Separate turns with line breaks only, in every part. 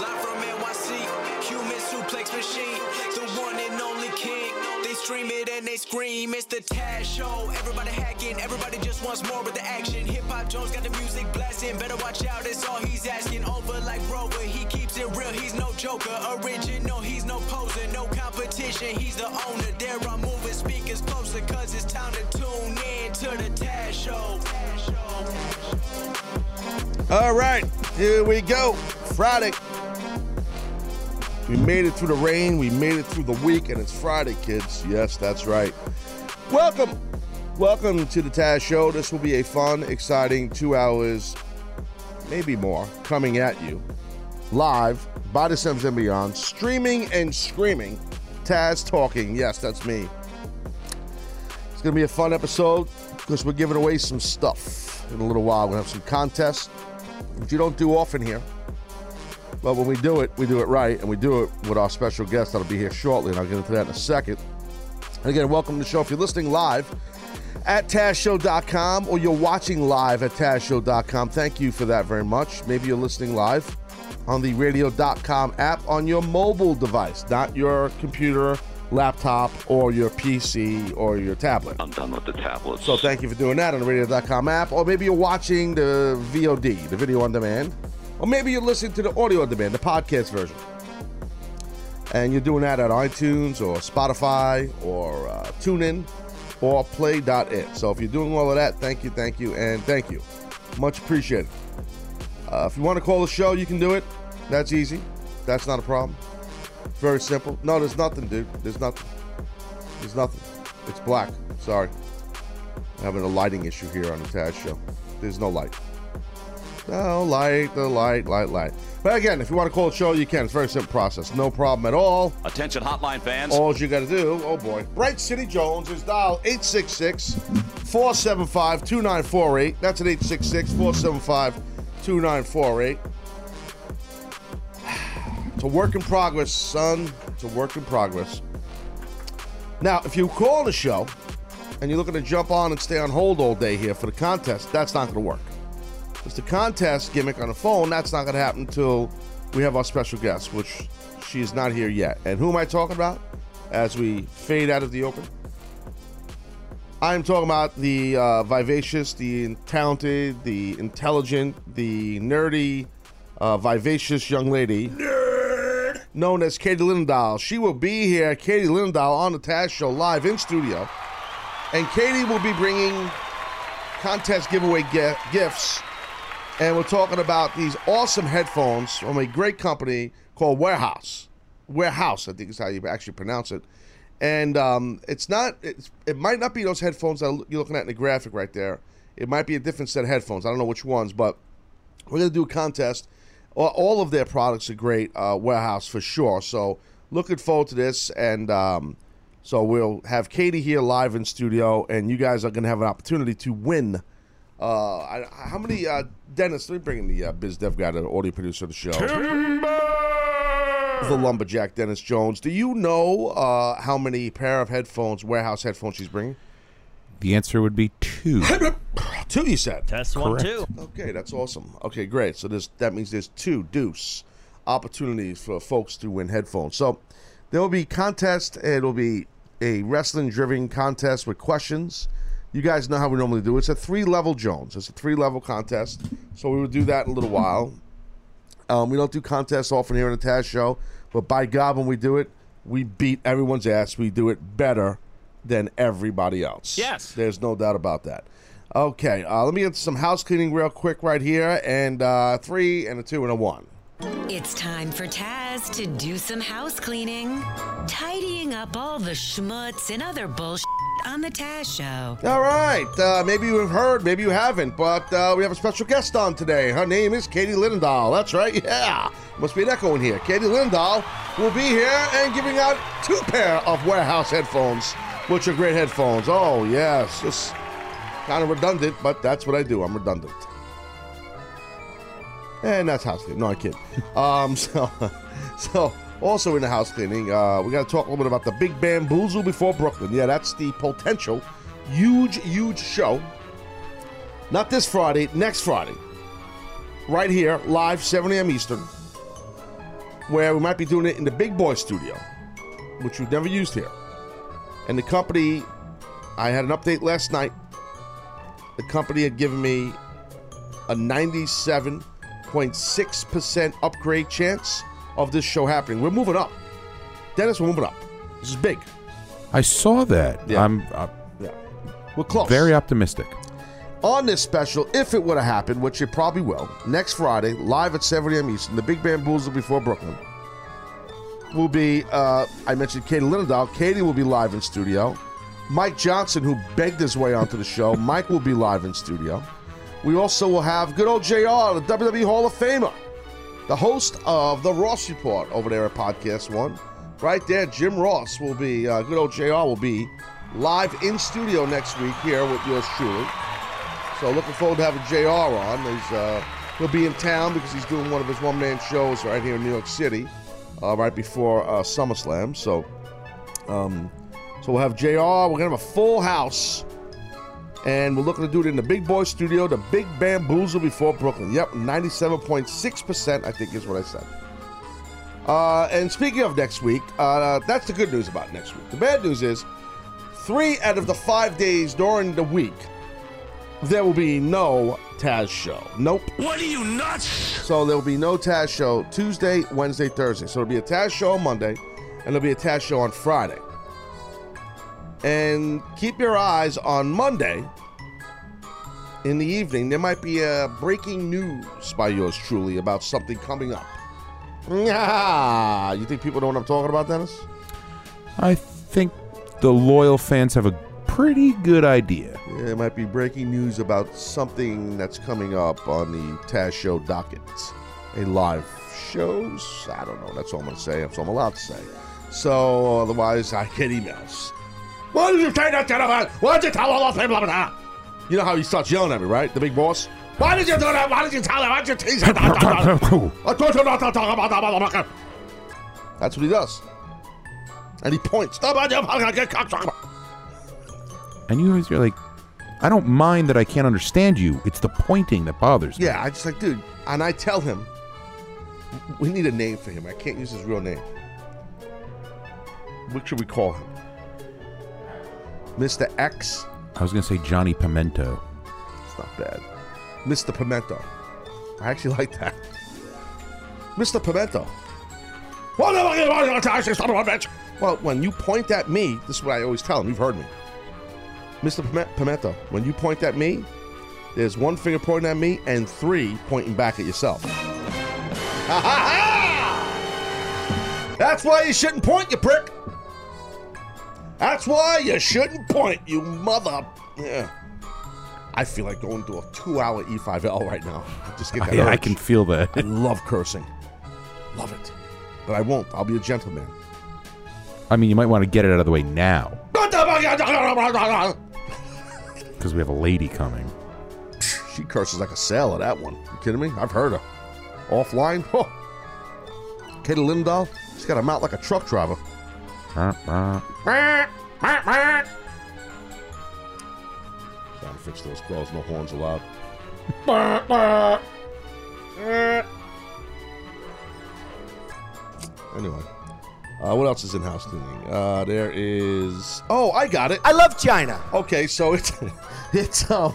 Live from NYC, human suplex machine, the one and only king. They stream it and they scream. It's the Taz Show. Everybody hacking, everybody just wants more with the action. Hip Hop Jones got the music blasting. Better watch out, it's all he's asking. Over like Rover, he keeps it real. He's no joker, original. He's no poser, no competition. He's the owner. There I'm moving speakers closer, cause it's time to tune in to the Taz Show. Taz Show.
All right, here we go. Friday. We made it through the rain, we made it through the week, and it's Friday, kids. Yes, that's right. Welcome. Welcome to the Taz Show. This will be a fun, exciting two hours, maybe more, coming at you live by the Sims and Beyond, streaming and screaming. Taz talking. Yes, that's me. It's going to be a fun episode because we're giving away some stuff in a little while. We're going to have some contests, which you don't do often here. But when we do it, we do it right, and we do it with our special guest that'll be here shortly, and I'll get into that in a second. And again, welcome to the show. If you're listening live at TazShow.com or you're watching live at TazShow.com, thank you for that very much. Maybe you're listening live on the radio.com app on your mobile device, not your computer, laptop, or your PC or your tablet.
I'm done with the tablets.
So thank you for doing that on the radio.com app. Or maybe you're watching the VOD, the video on demand. Or maybe you're listening to the audio on demand, the podcast version. And you're doing that at iTunes or Spotify or uh, TuneIn or Play.it. So if you're doing all of that, thank you, thank you, and thank you. Much appreciated. Uh, if you want to call the show, you can do it. That's easy. That's not a problem. Very simple. No, there's nothing, dude. There's nothing. There's nothing. It's black. Sorry. I'm having a lighting issue here on the Taz show. There's no light. No light, the light, light, light. But again, if you want to call the show, you can. It's a very simple process. No problem at all.
Attention hotline fans.
All you got to do, oh boy. Bright City Jones is dial 866 475 2948. That's an 866 475 2948. It's a work in progress, son. It's a work in progress. Now, if you call the show and you're looking to jump on and stay on hold all day here for the contest, that's not going to work. It's the contest gimmick on the phone. That's not going to happen until we have our special guest, which she's not here yet. And who am I talking about as we fade out of the open? I'm talking about the uh, vivacious, the talented, the intelligent, the nerdy, uh, vivacious young lady. Nerd! Known as Katie Lindahl. She will be here, Katie Lindahl, on the Taz Show live in studio. And Katie will be bringing contest giveaway gi- gifts. And we're talking about these awesome headphones from a great company called Warehouse. Warehouse, I think is how you actually pronounce it. And um, it's not, it's, it might not be those headphones that you're looking at in the graphic right there. It might be a different set of headphones. I don't know which ones, but we're going to do a contest. All- All of their products are great, uh, Warehouse for sure. So looking forward to this. And um, so we'll have Katie here live in studio, and you guys are going to have an opportunity to win. Uh, I, I- how many, uh, Dennis, let me bring in the uh, biz dev guy, the audio producer of the show. The lumberjack, Dennis Jones. Do you know uh, how many pair of headphones, warehouse headphones she's bringing?
The answer would be two.
Two, you said.
Test one, two.
Okay, that's awesome. Okay, great. So there's that means there's two deuce opportunities for folks to win headphones. So there will be contest. and It'll be a wrestling driven contest with questions. You guys know how we normally do. It's a three level Jones. It's a three level contest. So we will do that in a little while. Um, we don't do contests often here on the Taz Show, but by God, when we do it, we beat everyone's ass. We do it better than everybody else.
Yes.
There's no doubt about that. Okay, uh, let me get some house cleaning real quick right here, and uh, three and a two and a one.
It's time for Taz to do some house cleaning, tidying up all the schmutz and other bullshit on the Taz Show.
All right, uh, maybe you have heard, maybe you haven't, but uh, we have a special guest on today. Her name is Katie Lindahl. That's right, yeah. Must be an echo in here. Katie Lindahl will be here and giving out two pair of warehouse headphones, which are great headphones. Oh, yes, just kind of redundant, but that's what I do. I'm redundant. Eh, And that's house cleaning. No, I kid. Um, so, so Also in the house cleaning, uh, we got to talk a little bit about the Big Bamboozle before Brooklyn. Yeah, that's the potential huge, huge show. Not this Friday, next Friday. Right here, live, 7 a.m. Eastern, where we might be doing it in the Big Boy Studio, which we've never used here. And the company, I had an update last night. The company had given me a 97.6% upgrade chance of this show happening. We're moving up. Dennis, we're moving up. This is big.
I saw that.
Yeah.
I'm uh,
Yeah. We're close.
very optimistic.
On this special, if it would have happened, which it probably will, next Friday, live at 7 a.m. Eastern, the Big Bamboozle before Brooklyn will be, uh, I mentioned Katie Linendahl. Katie will be live in studio. Mike Johnson, who begged his way onto the show, Mike will be live in studio. We also will have good old JR, the WWE Hall of Famer, the host of the Ross Report over there at Podcast One. Right there, Jim Ross will be, uh, good old JR will be live in studio next week here with yours truly. So looking forward to having JR on. He's, uh, he'll be in town because he's doing one of his one-man shows right here in New York City, uh, right before uh, SummerSlam. So, um, so we'll have JR. We're gonna have a full house, and we're looking to do it in the Big Boy Studio, the Big Bamboozle before Brooklyn. Yep, ninety-seven point six percent, I think, is what I said. Uh, and speaking of next week, uh, that's the good news about next week. The bad news is, three out of the five days during the week there will be no Taz show. Nope. What are you nuts? So there will be no Taz show Tuesday, Wednesday, Thursday. So there'll be a Taz show on Monday, and there'll be a Taz show on Friday. And keep your eyes on Monday in the evening. There might be a breaking news by yours truly about something coming up. Yeah. You think people know what I'm talking about, Dennis?
I think the loyal fans have a pretty good idea.
Yeah, It might be breaking news about something that's coming up on the Taz Show docket. A live shows? I don't know. That's all I'm going to say. That's all I'm allowed to say. So otherwise, I get emails. Why did you say that, Jennifer? Why did you tell all of them? Blah, blah, blah. You know how he starts yelling at me, right? The big boss. Why did you do that? Why did you tell him? Why did you tease him? Blah, blah, blah. I told you not to talk about that, motherfucker. That's what he does. And he points. Oh, Stop it, you fucking cocksucker.
And you guys are like, I don't mind that I can't understand you. It's the pointing that bothers me.
Yeah, I just like, dude, and I tell him, we need a name for him. I can't use his real name. What should we call him? Mr. X?
I was gonna say Johnny Pimento.
It's not bad. Mr. Pimento. I actually like that. Mr. Pimento. Well, when you point at me, this is what I always tell him. You've heard me. Mr. Pime- Pimento, when you point at me, there's one finger pointing at me and three pointing back at yourself. That's why you shouldn't point, you prick. That's why you shouldn't point, you mother. Yeah. I feel like going to a two-hour E5L right now. I just get that.
I, I
urge.
can feel
I
that.
love cursing. Love it. But I won't. I'll be a gentleman.
I mean, you might want to get it out of the way now
She
because we have a lady coming.
curses like a sailor, that one. You kidding me? I've heard her. Offline? Oh. Katie Lindahl? She's got a mouth like a truck driver.
Bah, bah.
Trying to fix those clothes. No horns allowed. anyway, uh, what else is in house cleaning? Uh, there is. Oh, I got it.
I love China.
Okay, so it's it's um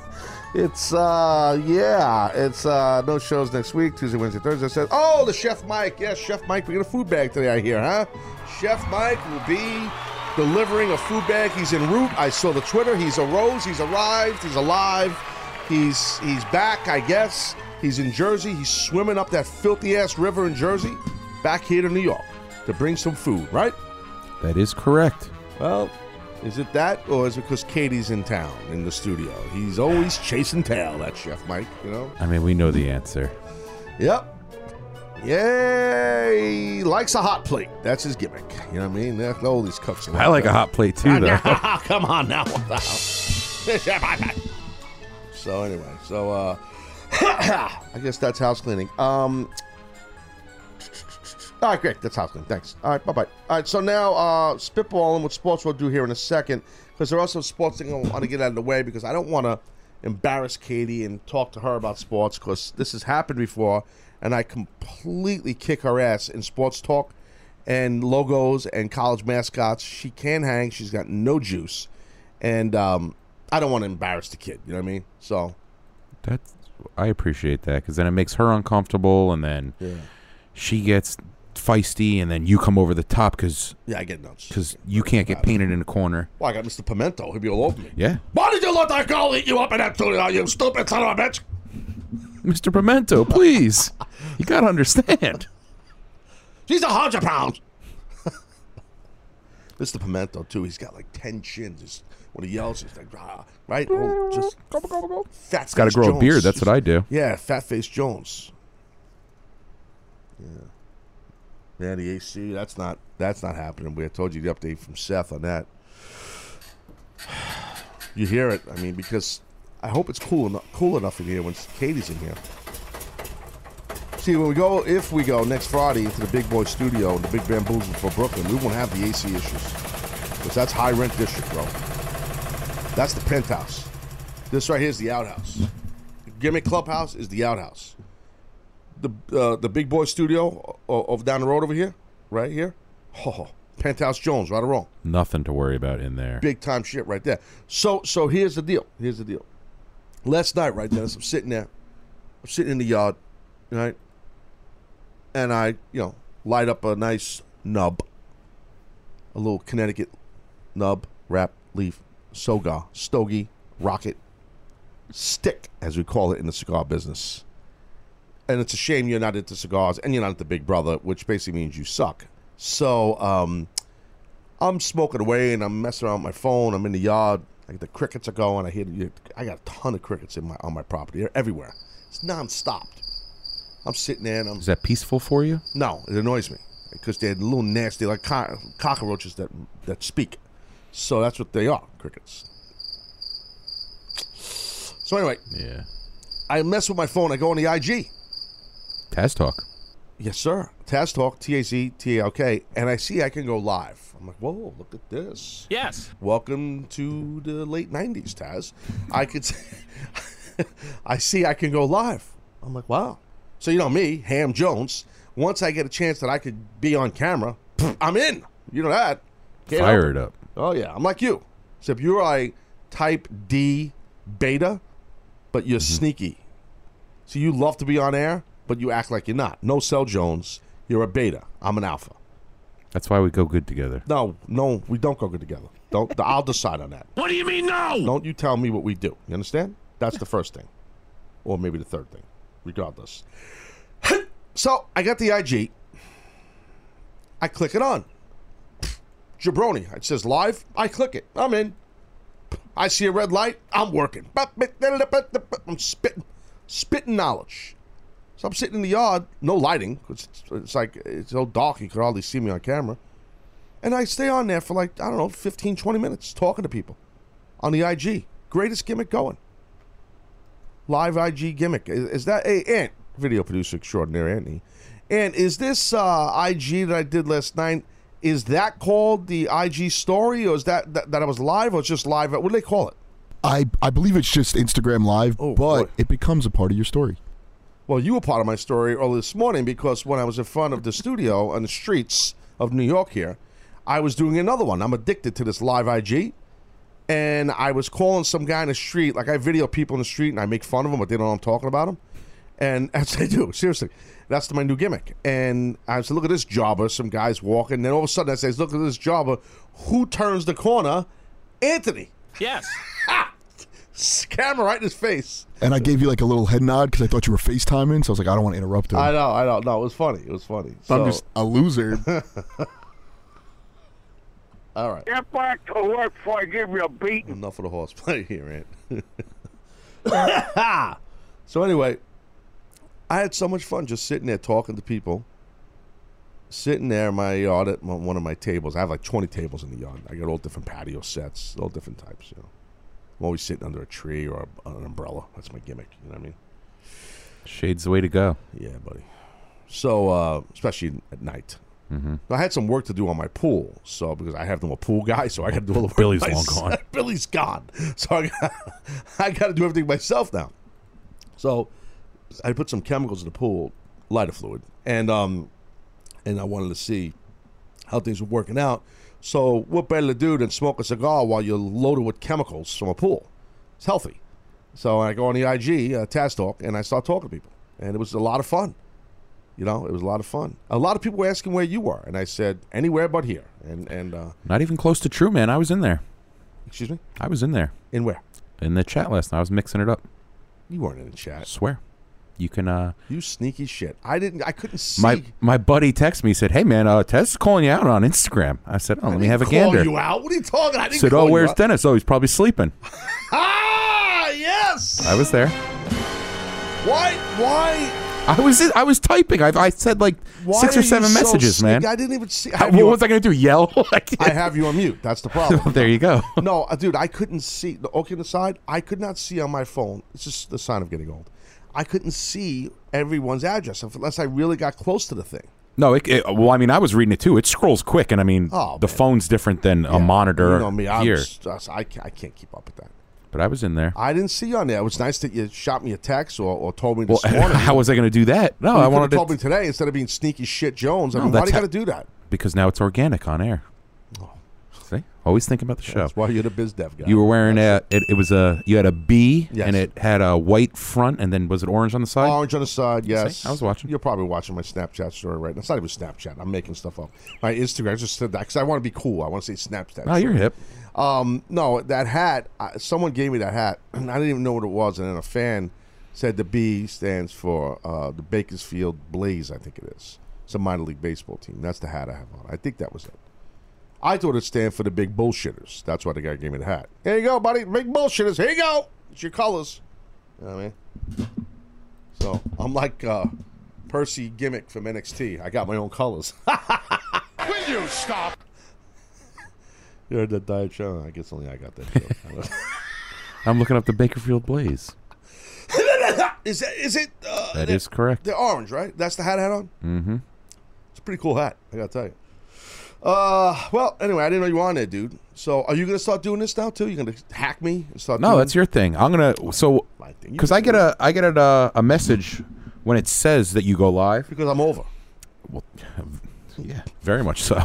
it's uh yeah it's uh no shows next week Tuesday Wednesday Thursday. I said oh the chef Mike yes chef Mike we got a food bag today I hear huh chef Mike will be delivering a food bag he's en route I saw the Twitter he's arose he's arrived he's alive he's he's back I guess he's in Jersey he's swimming up that filthy ass river in Jersey back here to New York to bring some food right
That is correct.
well, is it that, or is it because Katie's in town in the studio? He's always chasing tail, that Chef Mike, you know?
I mean, we know the answer.
Yep. Yay! Likes a hot plate. That's his gimmick. You know what I mean? That's all these cooks. are
I like a hot plate too, though.
Ah, Come on now. What the hell? so anyway, so uh I guess that's house cleaning. Um All right, great. That's house clean. Thanks. All right, bye bye. All right, so now uh, spitballing what sports we'll do here in a second because there are some sports things I want to get out of the way because I don't want to embarrass Katie and talk to her about sports because this has happened before and I completely kick her ass in sports talk and logos and college mascots. She can hang. She's got no juice, and um, I don't want to embarrass the kid. You know what I mean? So
That's I appreciate that because then it makes her uncomfortable, and then she gets feisty, and then you come over the top because
yeah, I get nuts.
you can't get painted in a corner.
Well, I got Mr. Pimento. He'd be all over me.
Yeah,
Why did you let that girl eat you up in that tuna, you stupid son of a bitch?
Mr. Pimento, please, you gotta understand.
She's a hundred pounds. Mr. Pimento, too, he's got like ten chins. He's, when he yells, he's like, ah, right? Well, just fat
Got to grow a beard. That's what I do.
Yeah, Fat Face Jones. Yeah. Yeah, the AC, that's not that's not happening. We I told you the update from Seth on that. You hear it, I mean, because I hope it's cool enough cool enough in here when Katie's in here. See, when we go, if we go next Friday into the Big Boy Studio in the Big Bamboos for Brooklyn, we won't have the AC issues because that's high rent district, bro. That's the penthouse. This right here is the outhouse. Gimmick Clubhouse is the outhouse. The uh, the Big Boy Studio o- over down the road over here, right here. Oh, Penthouse Jones, right or wrong
Nothing to worry about in there.
big time shit right there. So so here's the deal. Here's the deal. Last night, right, Dennis, I'm sitting there. I'm sitting in the yard, right? And I, you know, light up a nice nub. A little Connecticut nub, wrap, leaf, sogar, stogie, rocket, stick, as we call it in the cigar business. And it's a shame you're not into cigars and you're not into Big Brother, which basically means you suck. So, um, I'm smoking away and I'm messing around with my phone. I'm in the yard. Like the crickets are going. I hear the, I got a ton of crickets in my on my property. They're everywhere. It's non-stop. I'm sitting there and I'm
Is that peaceful for you?
no, it annoys me because they're little nasty, like co- cockroaches that that speak. So that's what they are, crickets. So anyway,
Yeah.
I mess with my phone. I go on the IG.
Taz talk.
Yes, sir. Taz Talk, T A Z T A L K, and I see I can go live. I'm like, whoa, look at this.
Yes.
Welcome to the late '90s, Taz. I could, s- I see I can go live. I'm like, wow. So you know me, Ham Jones. Once I get a chance that I could be on camera, pfft, I'm in. You know that. Can't help
Fire it up.
Oh yeah, I'm like you. Except you're a type D beta, but you're
Mm-hmm.
sneaky. So you love to be on air, but you act like you're not. No sell Jones. You're a beta. I'm an alpha.
That's why we go good together.
No, no, we don't go good together. Don't I'll decide on that.
What do you mean no?
Don't you tell me what we do. You understand? That's the first thing. Or maybe the third thing. Regardless. so I got the IG. I click it on. Jabroni. It says live. I click it. I'm in. I see a red light. I'm working. I'm spitting, spitting knowledge. So I'm sitting in the yard, no lighting. 'cause It's, it's like it's so dark you could hardly see me on camera. And I stay on there for like, I don't know, 15, 20 minutes talking to people on the IG. Greatest gimmick going. Live IG gimmick. Is, is that a hey, Ant, video producer extraordinaire, Anthony? And is this uh, IG that I did last night? Is that called the IG story, or is that that, that I was live, or it's just live? What do they call it?
I, I believe it's just Instagram Live,
Oh,
but
boy.
it becomes a part of your story.
Well, you were part of my story earlier this morning because when I was in front of the studio on the streets of New York here, I was doing another one. I'm addicted to this live IG. And I was calling some guy in the street. Like, I video people in the street and I make fun of them, but they don't know I'm talking about them. And as I do, seriously, that's my new gimmick. And I said, look at this jobber. Some guy's walking. And then all of a sudden I says, look at this jobber. Who turns the corner? Anthony.
Yes.
Camera right in his face.
And I gave you like a little head nod because I thought you were FaceTiming, so I was like, I don't want to interrupt him.
I know, I know. No, it was funny. It was funny.
I'm
So-
just a loser.
all right.
Get back to work before I give you a beating.
Enough of the horseplay here, Ant. so anyway, I had so much fun just sitting there talking to people. Sitting there in my yard at my, one of my tables. I have like 20 tables in the yard. I got all different patio sets, all different types, you know. I'm always sitting under a tree or a, an umbrella. That's my gimmick, you know what I mean?
Shade's the way to go.
Yeah, buddy. So, uh, especially at night.
Mm-hmm.
I had some work to do on my pool, so because I have no pool guy, so I got to do all the work.
Billy's long
myself.
gone.
Billy's gone, so I got, I got to do everything myself now. So, I put some chemicals in the pool, lighter fluid, and um, and I wanted to see how things were working out. So, what better to do than smoke a cigar while you're loaded with chemicals from a pool? It's healthy. So I go on the IG, uh, Taz Talk, and I start talking to people, and it was a lot of fun. You know, it was a lot of fun. A lot of people were asking where you were, and I said anywhere but here. And and uh,
Not even close to true, man. I was in there.
excuse me,
I was in there
in where?
in the chat last night. I was mixing it up.
You weren't in the chat.
swear. You can. uh
You sneaky shit. I didn't. I couldn't see.
My my buddy texted me. said, "Hey man, uh, Tess is calling you out on Instagram." I said, "Oh,
I
let me
didn't
have a
call
gander."
You out? What are you talking? I didn't
said,
call
"Oh,
you
where's
out."
Dennis? Oh, he's probably sleeping."
Ah, yes.
I was there.
Why? Why?
I was I was typing. I, I said like
Why
six
are
or
you
seven
so
messages,
sneaky?
man.
I didn't even see. I
How-
have you
what
on-
was I gonna do? Yell? like,
I have you on mute. That's the problem.
there you go.
no, uh, dude, I couldn't see. The okay, on the side, I could not see on my phone. It's just the sign of getting old. I couldn't see everyone's address unless I really got close to the thing.
No, it, it- well, I mean, I was reading it too. It scrolls quick, and I mean,
Oh,
the
man.
phone's different than a monitor
You know me. I'm
here.
just- I, can't, I can't keep up with that.
But I was in there.
I didn't see you on there. It was nice that you shot me a text or, or told me
Well,
this morning.
how was I gonna do that? No,
you
I
could've
wanted to
told me today instead of being sneaky shit Jones. I
No,
mean, why do
that's
you
how-
got to do that? Oh.
because now it's organic on air. See, always thinking about the show.
That's why you're the biz dev guy.
You were wearing a it, it was a you had a B
Yes.
and it had a white front and then was it orange on the side?
Orange on the side, yes.
I was watching.
You're probably watching my Snapchat story right now. It's not even Snapchat. I'm making stuff up. My Instagram. I just said that because I want to be cool. I want to say Snapchat.
oh, you're
story.
hip.
Um, no, that hat. I, someone gave me that hat, and I didn't even know what it was. And then a fan said the B stands for uh, the Bakersfield Blaze. I think it is. It's a minor league baseball team. That's the hat I have on. I think that was it. I thought it stand for the big bullshitters. That's why the guy gave me the hat. Here you go, buddy. Big bullshitters. Here you go. It's your colors. You know what I mean? So I'm like uh, Percy Gimmick from NXT. I got my own colors. Will you stop? You heard that diet show? I guess only I got that joke. I don't-
I'm looking up the Bakerfield Blaze.
is that, is it? Uh,
That
they're,
is correct.
they're orange, right? That's the hat I had on. Mm-hmm. It's a pretty cool hat. I gotta tell you. Uh, well, anyway, I didn't know you were on there, dude. So, are you gonna start doing this now too? You gonna hack me and start?
No,
doing-
that's your thing. I'm gonna so
My thing. You
because
can
I get
do
a I get a uh, a message when it says that you go live.
because I'm over.
Well, yeah, very much so.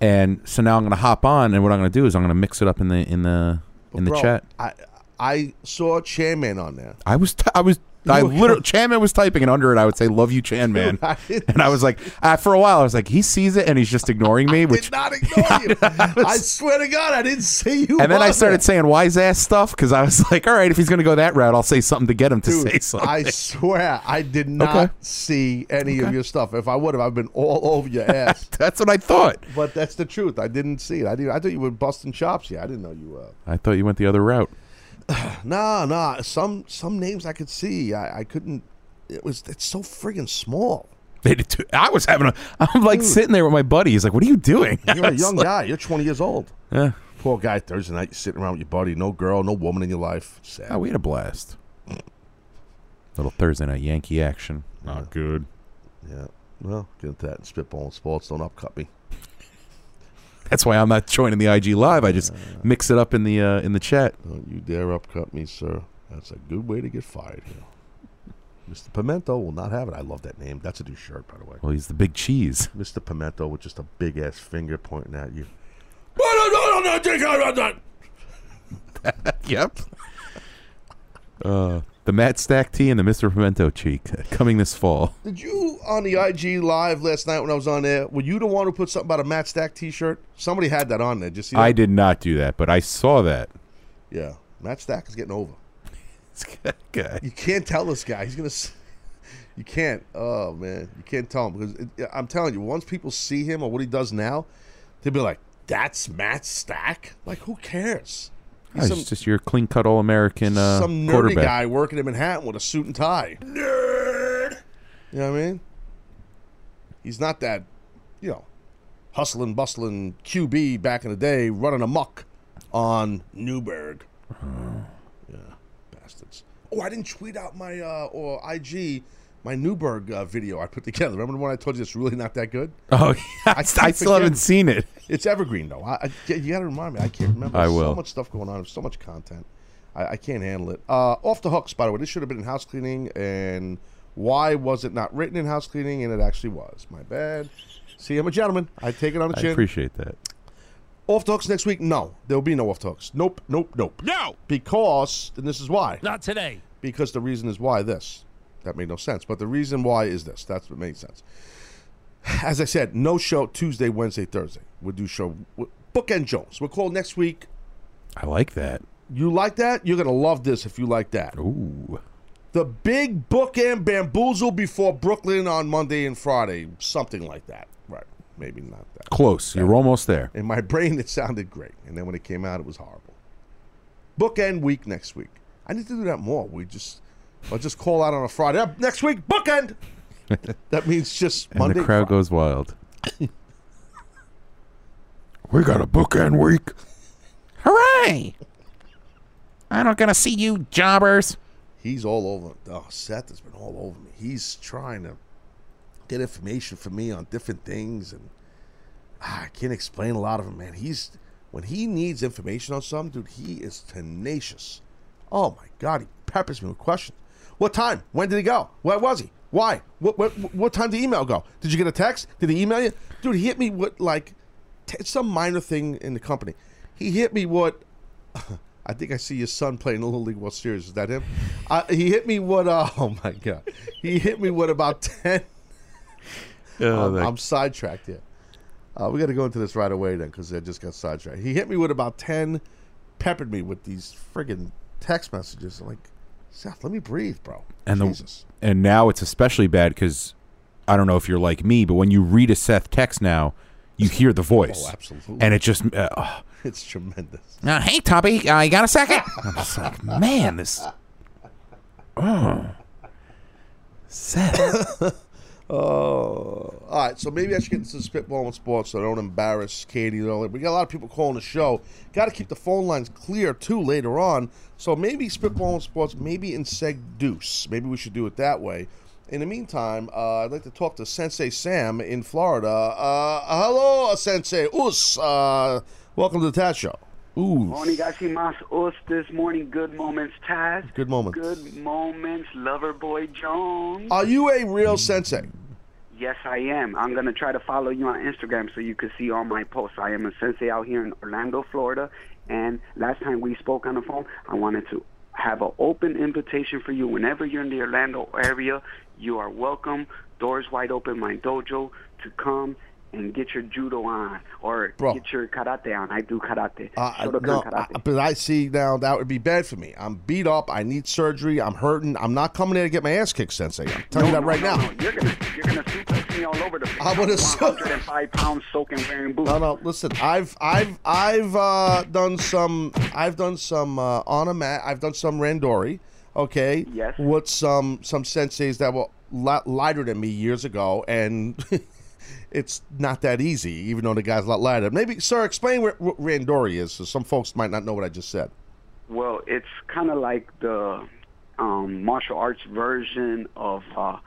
And so now I'm gonna hop on, and what I'm gonna do is I'm gonna mix it up in the in the in the
Bro,
chat.
I I saw Chairman on there.
I was, t- I was, I literally, Chan Man was typing, and under it, I would say, "Love you, Chan Man,"
I didn't-
and I was like, uh, for a while, I was like, he sees it and he's just ignoring me, which,
Did not ignore you. I,
was-
swear to God, I didn't see you.
and then
on
I
there.
started saying wise ass stuff because I was like, all right, if he's gonna go that route, I'll say something to get him to
Dude,
say something.
I swear I did not
Okay.
see any of your stuff. If I would have, I've been all over your ass.
That's what I thought.
but that's the truth. I didn't see it. I didn't. I thought you were busting chops. Yeah, I didn't know you were.
I thought you went the other route.
Nah, nah. Some some names I could see. I, I couldn't. It was. It's so friggin' small.
They did too. I was having a, I'm like sitting there with my buddy. He's like, "What are you doing?"
You're
I
a
was
young
like,
guy. You're 20 years old.
Yeah.
Poor guy. Thursday night, you're sitting around with your buddy. No girl. No woman in your life. Sad.
Oh, we had a blast. Little Thursday night Yankee action. Not good.
Yeah. Well, get that. Spitball and sports. Don't upcut me.
That's why I'm not joining the IG live. I just mix it up in the uh, in the chat.
Don't you dare upcut me, sir. That's a good way to get fired here. Mr. Pimento will not have it. I love that name. That's a new shirt, by the way.
Well, he's the big cheese.
Mr. Pimento with just a big ass finger pointing at you.
Yep. Uh, the Matt Stack tea and the Mr. Pimento cheek uh, coming this fall.
Did you on the IG live last night when I was on there? Were you the one who put something about a Matt Stack T-shirt? Somebody had that on there. Just see that?
I did not do that, but I saw that.
yeah. Matt Stack is getting over.
Guy.
You can't tell this guy. He's gonna. s- You can't. Oh man, you can't tell him because it, I'm telling you, once people see him or what he does now, they'll be like, "That's Matt Stack." Like, who cares? He's
It's
some,
just your clean cut all American uh,
some nerdy
quarterback.
guy working in Manhattan with a suit and tie. Nerd. You know what I mean? He's not that, you know, hustling, bustling QB back in the day, running amok on Newberg.
Uh-huh.
yeah, bastards. Oh, I didn't tweet out my uh, or IG my Newberg uh, video I put together. Remember the one I told you it's really not that good?
Oh, yeah.
I
I,
keep
still haven't
forgetting.
seen it.
It's evergreen though. I, I- you got to remind me. I can't remember.
I
There's So
will.
much stuff going on. So much content. I, I can't handle it. Uh, off the hooks. By the way, this should have been in house cleaning. And why was it not written in house cleaning? And it actually was. My bad. See, I'm a gentleman. I take it on the
I
chin.
appreciate that.
off the hooks next week? No, there will be no off the hooks. Nope. Nope. Nope.
No,
Because, and this is why.
not today.
because the reason is why this. That made no sense. But the reason why is this. That's what made sense. As I said, no show Tuesday, Wednesday, Thursday. We'll do show Bookend Jones. We'll call next week.
I like that.
You like that? You're going to love this if you like that.
Ooh.
The big bookend bamboozle before Brooklyn on Monday and Friday. Something like that. Right. Maybe not that.
Close. You're almost there.
In my brain, it sounded great. And then when it came out, it was horrible. Bookend week next week. I need to do that more. We just, I'll just call out on a Friday. "Ah, Next week, bookend. that means just
And
Monday.
the crowd
Fri-
goes wild. we got a bookend week. Hooray! I don't gonna see you jobbers.
He's all over. Oh, Seth has been all over me. He's trying to get information for me on different things, and ah, I can't explain a lot of him, man. He's when he needs information on something, dude. He is tenacious. Oh my God, he peppers me with questions. What time? When did he go? Where was he? Why? What what what time did the email go? Did you get a text? Did he email you? Dude, he hit me with like t- some minor thing in the company. He hit me with I think I see your son playing the Little League World Series. Is that him? Uh, he hit me with, uh, oh my God. He hit me with about 10.
Oh,
I'm,
that-
I'm sidetracked here. Uh, we got to go into this right away then because I just got sidetracked. He hit me with about 10, peppered me with these friggin' text messages. I'm like, Seth, let me breathe, bro.
and the-
Jesus.
and now it's especially bad because I don't know if you're like me, but when you read a Seth text now, you hear the voice.
Oh, absolutely.
And it just. Uh, oh.
it's tremendous.
Uh, hey, Toppy, uh, you got a second? I'm just like, man, this. Oh.
oh.
Seth.
All right, Oh, so maybe I should get into spitball and sports so I don't embarrass Katie and all that. We got a lot of people calling the show. Got to keep the phone lines clear too later on. So maybe spitball and sports, maybe in seg deuce. Maybe we should do it that way. In the meantime, uh, I'd like to talk to Sensei Sam in Florida. Uh, hello, Sensei Us. Uh, welcome to the Tat Show. Ooh,
Morning, Gashimas Us this morning. Good moments, Taz.
Good moments.
Good moments, lover boy Jones.
are you a real sensei?
yes, I am. I'm going to try to follow you on Instagram so you can see all my posts. I am a sensei out here in Orlando, Florida. And last time we spoke on the phone, I wanted to have an open invitation for you. Whenever you're in the Orlando area, you are welcome. Doors wide open, my dojo, to come and get your judo on or
Bro.
get your karate on. I do karate.
Uh,
Shotokan
no,
karate.
I- but I see now that would be bad for me. I'm beat up. I need surgery. I'm hurting. I'm not coming in to get my ass kicked, Sensei. I'm telling you that right
no,
now.
No, you're gonna you're gonna suplex me all over the place.
I would've su-
105 pounds soaking wearing boots.
No, no. Listen, I've, I've, I've uh, done some, I've done some uh, on a mat. I've done some randori. Okay.
Yes.
With some some senseis that were li- lighter than me years ago, and it's not that easy. Even though the guy's a lot lighter. Maybe, sir, explain what, what randori is. So some folks might not know what I just said.
Well, it's kind of like the um, martial arts version of uh,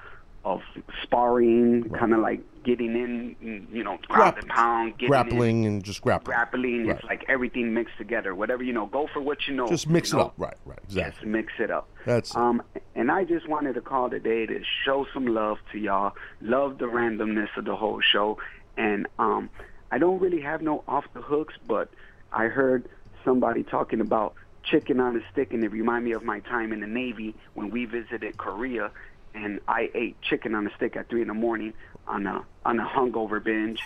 of sparring, kind of like getting in, you know, ground
Grapp-
and pound, getting in,
Grappling and just grappling.
grappling. It's
Right.
like everything mixed together. Whatever you know, go for what you know.
Just mix
you
it
know?
up. Right. Right. Exactly.
Just mix it up.
That's it.
um, and I just wanted to call today to show some love to y'all. Love the randomness of the whole show, and um, I don't really have no off the hooks, but I heard somebody talking about chicken on a stick, and it reminded me of my time in the Navy when we visited Korea, and I ate chicken on a stick at three in the morning on a on a hungover binge.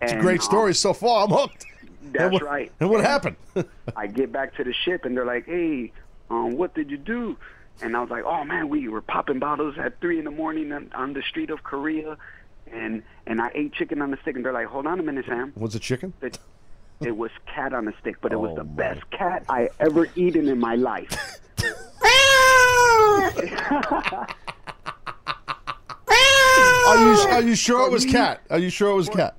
It's a great story so far. I'm hooked.
That's
and what,
right.
uh, And what
And-
happened?
I get back to the ship and they're like, "Hey, um, what did you do?" And I was like, "Oh man, we were popping bottles at three in the morning on, on the street of Korea, and and I ate chicken on a stick." And they're like, "Hold on a minute, Sam.
Was it chicken?
It, it was cat on a stick, but it was
Oh,
the
my.
best cat I ever eaten in my life."
Are you are you sure it was cat? Are you sure it was cat?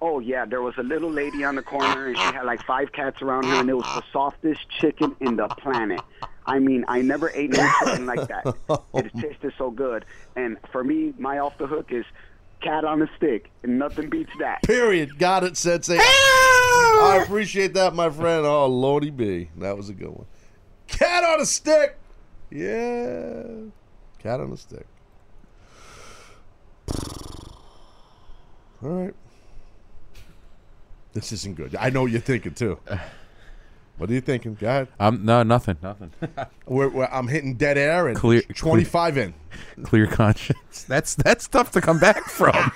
Oh yeah, there was a little lady on the corner, and she had like five cats around her, and it was the softest chicken in the planet. I mean, I never ate anything like that. It tasted so good. And for me, my off the hook is cat on a stick, and nothing beats that.
Period. Got it, Sensei. I appreciate that, my friend. Oh, Lordy B. That was a good one. Cat on a stick. Yeah. Cat on a stick. All right. This isn't good. I know you're thinking, too. What are you thinking? Go ahead.
Um, no, nothing, nothing.
We're, we're, I'm hitting dead air and
Clear-
25 in.
Clear conscience. That's that's tough to come back from.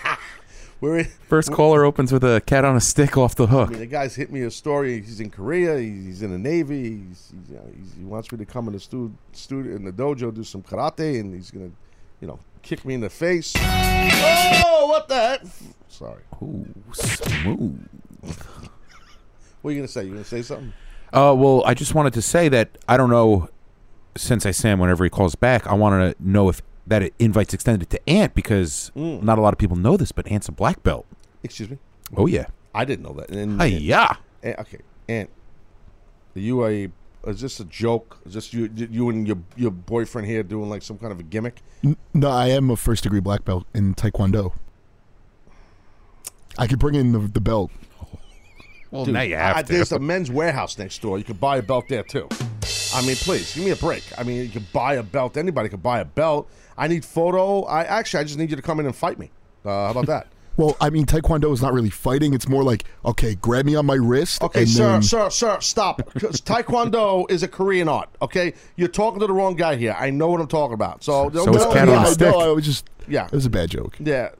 We're in.
First caller opens with a cat on a stick off the hook.
I mean, the guy's hit me a story. He's in Korea. He's, he's in the Navy. He's, he's, you know, he's, he wants me to come in the stu- studio in the dojo, do some karate, and he's gonna, you know, kick me in the face. Oh, what the heck? Sorry.
Ooh, smooth.
What are you gonna say? You gonna say something?
Uh, well, I just wanted to say that I don't know. Since I Sam, whenever he calls back, I wanted to know if that invite's extended to Ant because not a lot of people know this, but Ant's a black belt.
Mm. Excuse me.
Oh yeah,
I didn't know that. And,
hey
and-
yeah.
and- okay, and are you a? Is this a joke? Is this you? You and your your boyfriend here doing like some kind of a gimmick?
N- No, I am a first degree black belt in Taekwondo. I could bring in the, the belt.
Well, now you
I-
have
There's
to.
a men's warehouse next door. You could buy a belt there too. I mean, please give me a break. I mean, you could buy a belt. Anybody could buy a belt. I need photo. I actually, I just need you to come in and fight me. Uh, how about that?
Well, I mean, Taekwondo is not really fighting. It's more like, okay, grab me on my wrist.
Okay,
and
sir,
then-
sir, sir, stop. 'Cause Taekwondo is a Korean art. Okay, you're talking to the wrong guy here. I know what I'm talking about. So,
So it's
No,
cat
no,
on a
no,
stick.
I was just.
Yeah.
It was a bad joke.
yeah.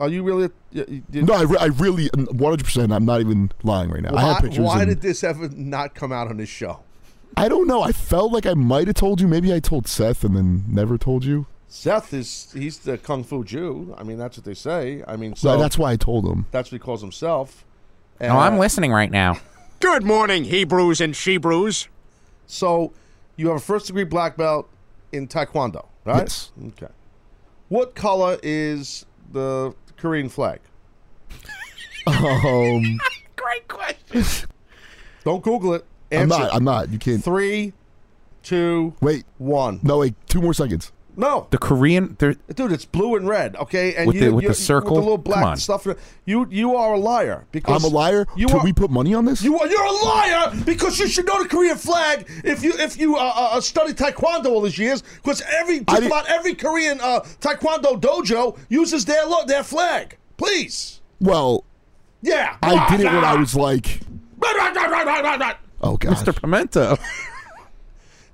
Are you really? You, you- you-
No, I, re- I really, 100%, I'm not even lying right now. I
why,
have pictures.
why
and-
did this ever not come out on this show?
I don't know. I felt like I might have told you. Maybe I told Seth and then never told you.
Seth is he's the kung fu Jew. I mean, that's what they say. I mean, so
So Uh, that's why I told him.
that's what he calls himself. And,
Oh,
uh,
No, I'm listening right now.
Good morning, Hebrews and Shebrews.
So you have a first degree black belt in Taekwondo, right?
Yes.
Okay. What color is the Korean flag?
Um,
Don't Google it. Answer.
I'm not. I'm not. You can't.
Three, two,
Wait.
one.
No, wait. Two more seconds.
No.
The Korean, they're-
Dude, it's blue and red, okay? And
With
you,
the- with
you-
the circle?
with the little
Come
black
on.
stuff. You you are a liar because
I'm a liar.
You
Can
are,
we put money on this?
you are you're a liar because you should know the Korean flag if you if you uh, uh, study Taekwondo all these years because every just
didn't-
about every Korean uh, Taekwondo dojo uses their lo- their flag. Please,
well,
yeah.
I did it when I was like, oh god,
Mr. Pimento.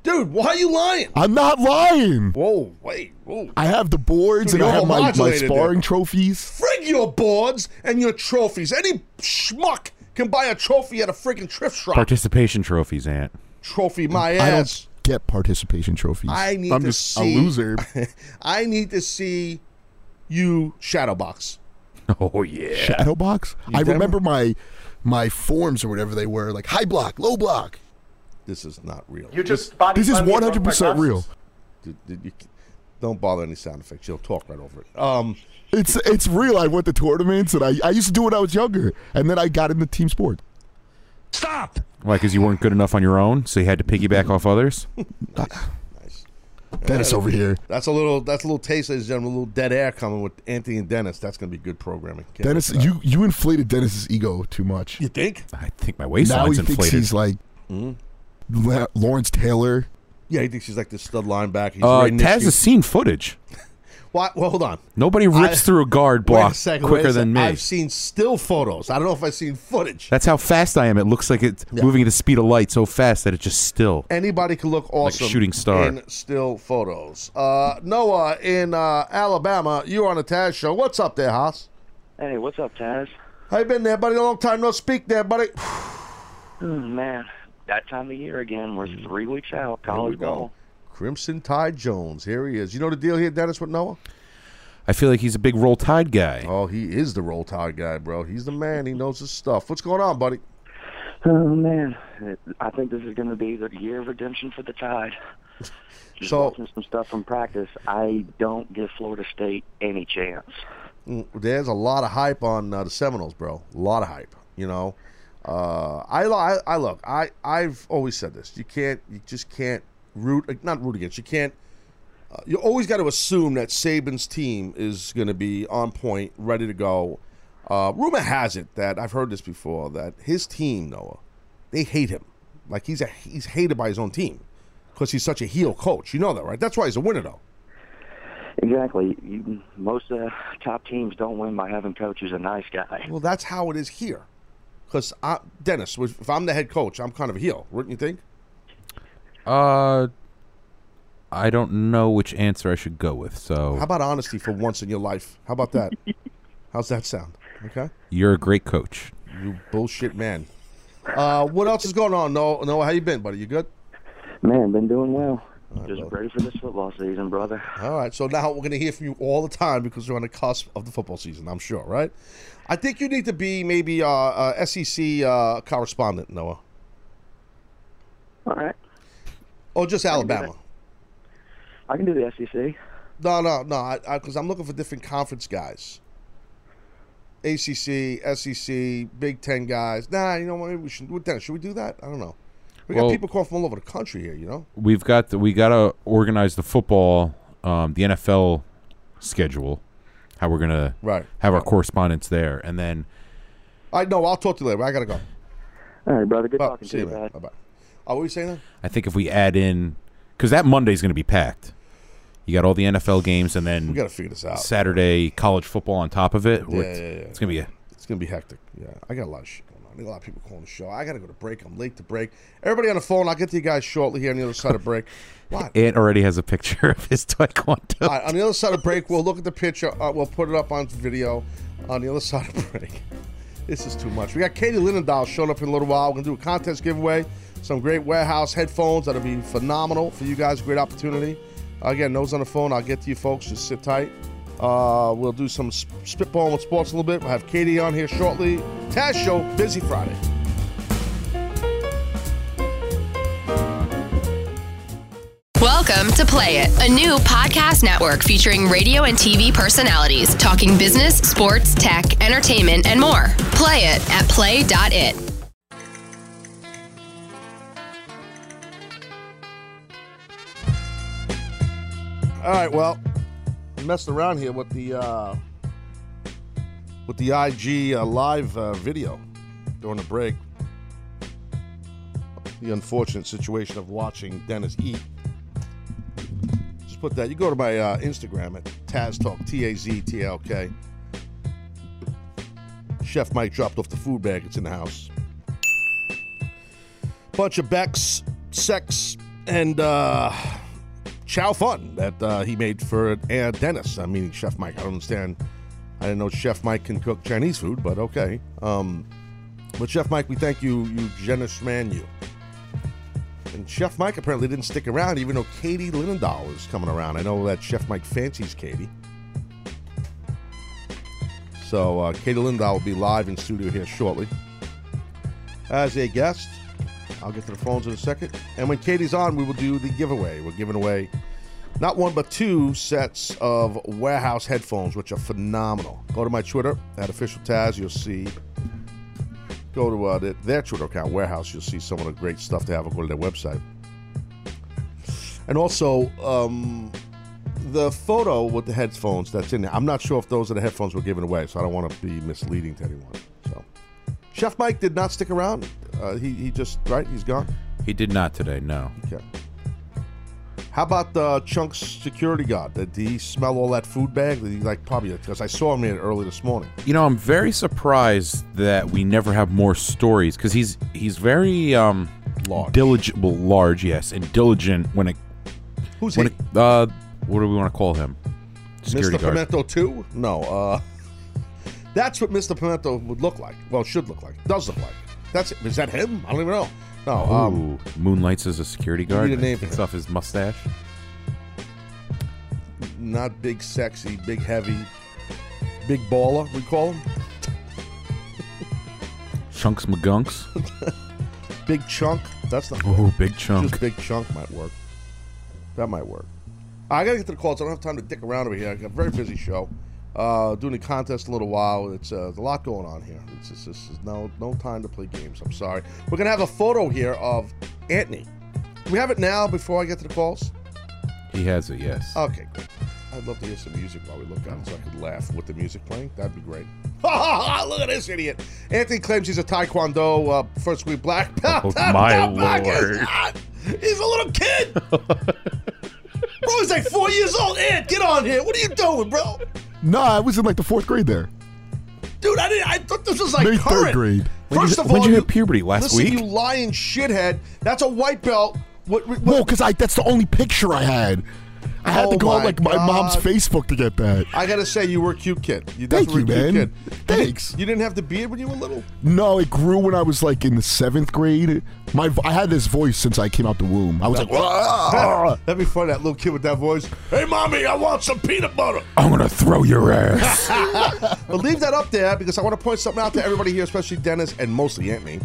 Dude, why are you lying?
I'm not lying.
Whoa, wait, whoa.
I have the boards
Dude,
and I
you're
have my, my
modulated there.
sparring trophies.
Frig your boards and your trophies. Any schmuck can buy a trophy at a freaking thrift shop.
Participation trophies, Ant.
trophy my
I
ass.
don't get participation trophies.
I, need
I'm
to
just
see
a loser.
I need to see you shadowbox.
Oh yeah.
Shadowbox. I
never-
remember my my forms or whatever they were, like high block, low block.
This is not real.
just body
This is 100% real.
Dude, dude, you- don't bother any sound effects. You'll talk right over it. Um,
It's it's real. I went to tournaments and I, I used to do it when I was younger, and then I got into team sport.
Stop!
Why? Because you weren't good enough on your own, so you had to piggyback off others.
Dennis over here.
that's a little. That's a little taste, ladies and gentlemen. A little dead air coming with Anthony and Dennis. That's going to be good programming. Can't
Dennis,
wait for that.
you you inflated Dennis's ego too much.
you think?
I think my
now
waistline's
he thinks
inflated.
he's like La- Lawrence Taylor.
Hmm? Yeah, he thinks he's like this stud linebacker. He's
Uh,
Ray Nitschke.
Taz has seen footage.
Why- well, hold on.
Nobody rips
I-
through a guard
Wait a
block
second, wait a
quicker
second.
than me.
I've seen still photos. I don't know if I've seen footage.
That's how fast I am. It looks like it's moving at the speed of light so fast that it's just still.
Anybody can look awesome
shooting star.
in still photos. Uh, Noah in uh, Alabama, you're on the Taz show. What's up there, Haas?
Hey, what's up, Taz?
How you been there, buddy? Long time no speak there, buddy.
Oh, man, that time of year again. We're
Mm.
three weeks out. College ball.
Crimson Tide Jones. Here he is. You know the deal here, Dennis, with Noah?
I feel like he's a big roll tide guy.
Oh, he is the roll tide guy, bro. He's the man. He knows his stuff. What's going on, buddy?
Oh man, I think this is going to be the year of redemption for the Tide. Just
So-
watching some stuff from practice, I don't give Florida State any chance.
Mm, There's a lot of hype on uh, the Seminoles, bro. A lot of hype. You know, uh, I, lo- I I look. I I've always said this. You can't. You just can't root not root against. You can't. Uh, you always got to assume that Saban's team is going to be on point, ready to go. Uh, rumor has it that I've heard this before that his team, Noah, they hate him. Like he's a, he's hated by his own team because he's such a heel coach. You know that, right? That's why he's a winner, though.
Exactly. You, most uh, top teams don't win by having coaches a nice guy.
Well, that's how it is here. Because Dennis, if I'm the head coach, I'm kind of a heel, wouldn't you think?
Uh, I don't know which answer I should go with. So
How about honesty for once in your life? How about that? How's that sound? Okay.
you're a great coach.
You bullshit man. Uh, what else is going on? No, no. How you been, buddy? You good?
Man, been doing well. Just ready for this football season, brother.
All right. So now we're going to hear from you all the time because we're on the cusp of the football season. I'm sure, right? I think you need to be maybe uh, uh, SEC uh, correspondent, Noah,
All right.
or just Alabama.
I can do the E SEC.
No, no, no. Because I, am looking for different conference guys. ACC, SEC, E Big Ten guys. Nah, you know what? Maybe we should. What Dennis, Should we do that? I don't know. We got
Well-
people calling from all over the country here. You know.
We've got the, we gotta organize the football, um, the NFL schedule, how we're gonna
Right.
have our correspondence there, and then
I know. I'll talk to you later. I gotta go.
All right, brother. Good
Well,
talking
see
to
you,
you,
man.
bud.
Bye bye. Oh, what were you saying? Then?
I think if we add in, because that Monday's going to be packed. You got all the NFL games, and
We
then
gotta figure this out.
Saturday college football on top of it.
Yeah,
It's-
yeah, yeah.
It's going to be a
It's gonna be hectic. Yeah, I got a lot of shit going on. I got a lot of people calling the show. I gotta go to break. I'm late to break. Everybody on the phone. I'll get to you guys shortly here on the other side of break. What?
Ant already has a picture of his
All
taekwondo.
right, on the other side of break, we'll look at the picture. Uh, we'll put it up on video. On the other side of break, this is too much. We got Katie Linendahl showing up in a little while. We're gonna do a contest giveaway, some great warehouse headphones that'll be phenomenal for you guys. Great opportunity. Again, those on the phone, I'll get to you folks. Just sit tight. Uh, we'll do some sp- spitball with sports a little bit. We'll have Katie on here shortly. Taz Show, busy Friday.
Welcome to Play It, a new podcast network featuring radio and TV personalities talking business, sports, tech, entertainment, and more. Play it at play.it.
All right, well, we messed around here with the uh, with the IG uh, live uh, video during the break. The unfortunate situation of watching Dennis eat. Just put that. You go to my uh, Instagram at Taz Talk T A Z T L K. Chef Mike dropped off the food bag. It's in the house. Bunch of Becks, sex, and uh, chow fun that uh, he made for uh, Dennis. I mean, Chef Mike. I don't understand. I didn't know Chef Mike can cook Chinese food, but okay. Um, but Chef Mike, we thank you, you generous man, you. And Chef Mike apparently didn't stick around, even though Katie Linendahl is coming around. I know that Chef Mike fancies Katie. So uh, Katie Lindahl will be live in studio here shortly as a guest. I'll get to the phones in a second. And when Katie's on, we will do the giveaway. We're giving away not one, but two sets of warehouse headphones, which are phenomenal. Go to my Twitter at official Taz. You'll see. Go to uh, their, their Twitter account, Warehouse. You'll see some of the great stuff they have. Or go to their website. And also, um, the photo with the headphones that's in there. I'm not sure if those are the headphones we're giving away, so I don't want to be misleading to anyone. So, Chef Mike did not stick around. Uh, he he just right. He's gone.
He did not today. No.
Okay. How about the Chunk's security guard? Did he smell all that food bag? Did he like probably because I saw him in it early this morning.
You know, I'm very surprised that we never have more stories because he's he's very um
Large.
diligent, well, large, yes, and diligent when it
Who's he?
when it, uh what do we want to call him? Security
Mr.
guard.
Pimento too? No. Uh, that's what Mr. Pimento would look like. Well, should look like. Does look like. That's it. Is that him? I don't even know. No. Um,
Ooh, moonlights as a security guard.
need a
and
name for
Takes
him.
off his mustache.
not big, sexy, big, heavy, big baller. We call him
Chunks McGunks.
big chunk. That's not.
Oh, big chunk.
Just big chunk might work. That might work. I gotta get to the calls. I don't have time to dick around over here. I got a very busy show. Uh, doing the contest in a little while. It's uh, there's a lot going on here. It's just, this is no no time to play games. I'm sorry. We're gonna have a photo here of Anthony Can we have it now before I get to the calls?
He has it, yes.
Okay, great. I'd love to hear some music while we look at it so I could laugh with the music playing. That'd be great. Ah, Look at this idiot. Anthony claims he's a Taekwondo uh, first degree black belt.
Oh,
That-
my
that black is
lord.
Ah,
not. He's a little kid. bro, he's like four years old. Ant, get on here. What are you doing, bro?
Nah, I was in like the fourth grade there.
Dude, I didn't. I thought this was like
Maybe
current.
third grade.
When
First
did you,
of
when
all,
did you hit puberty last
listen,
week?
you lying shithead. That's a white belt. What, what,
No, because I that's the only picture I had. I had
Oh
to go on
my
like my mom's
God.
Facebook to get that.
I gotta say, you were a cute kid. You
Thank
definitely
you,
were a
man.
cute kid.
Thanks.
You didn't have the beard when you were little.
No, it grew when I was like in the seventh grade. My vo- I had this voice since I came out the womb. I was like, "Wah!"
That'd be funny. That little kid with that voice. Hey, mommy, I want some peanut butter.
I'm gonna throw your ass.
But leave that up there because I want to point something out to everybody here, especially Dennis and mostly Anthony.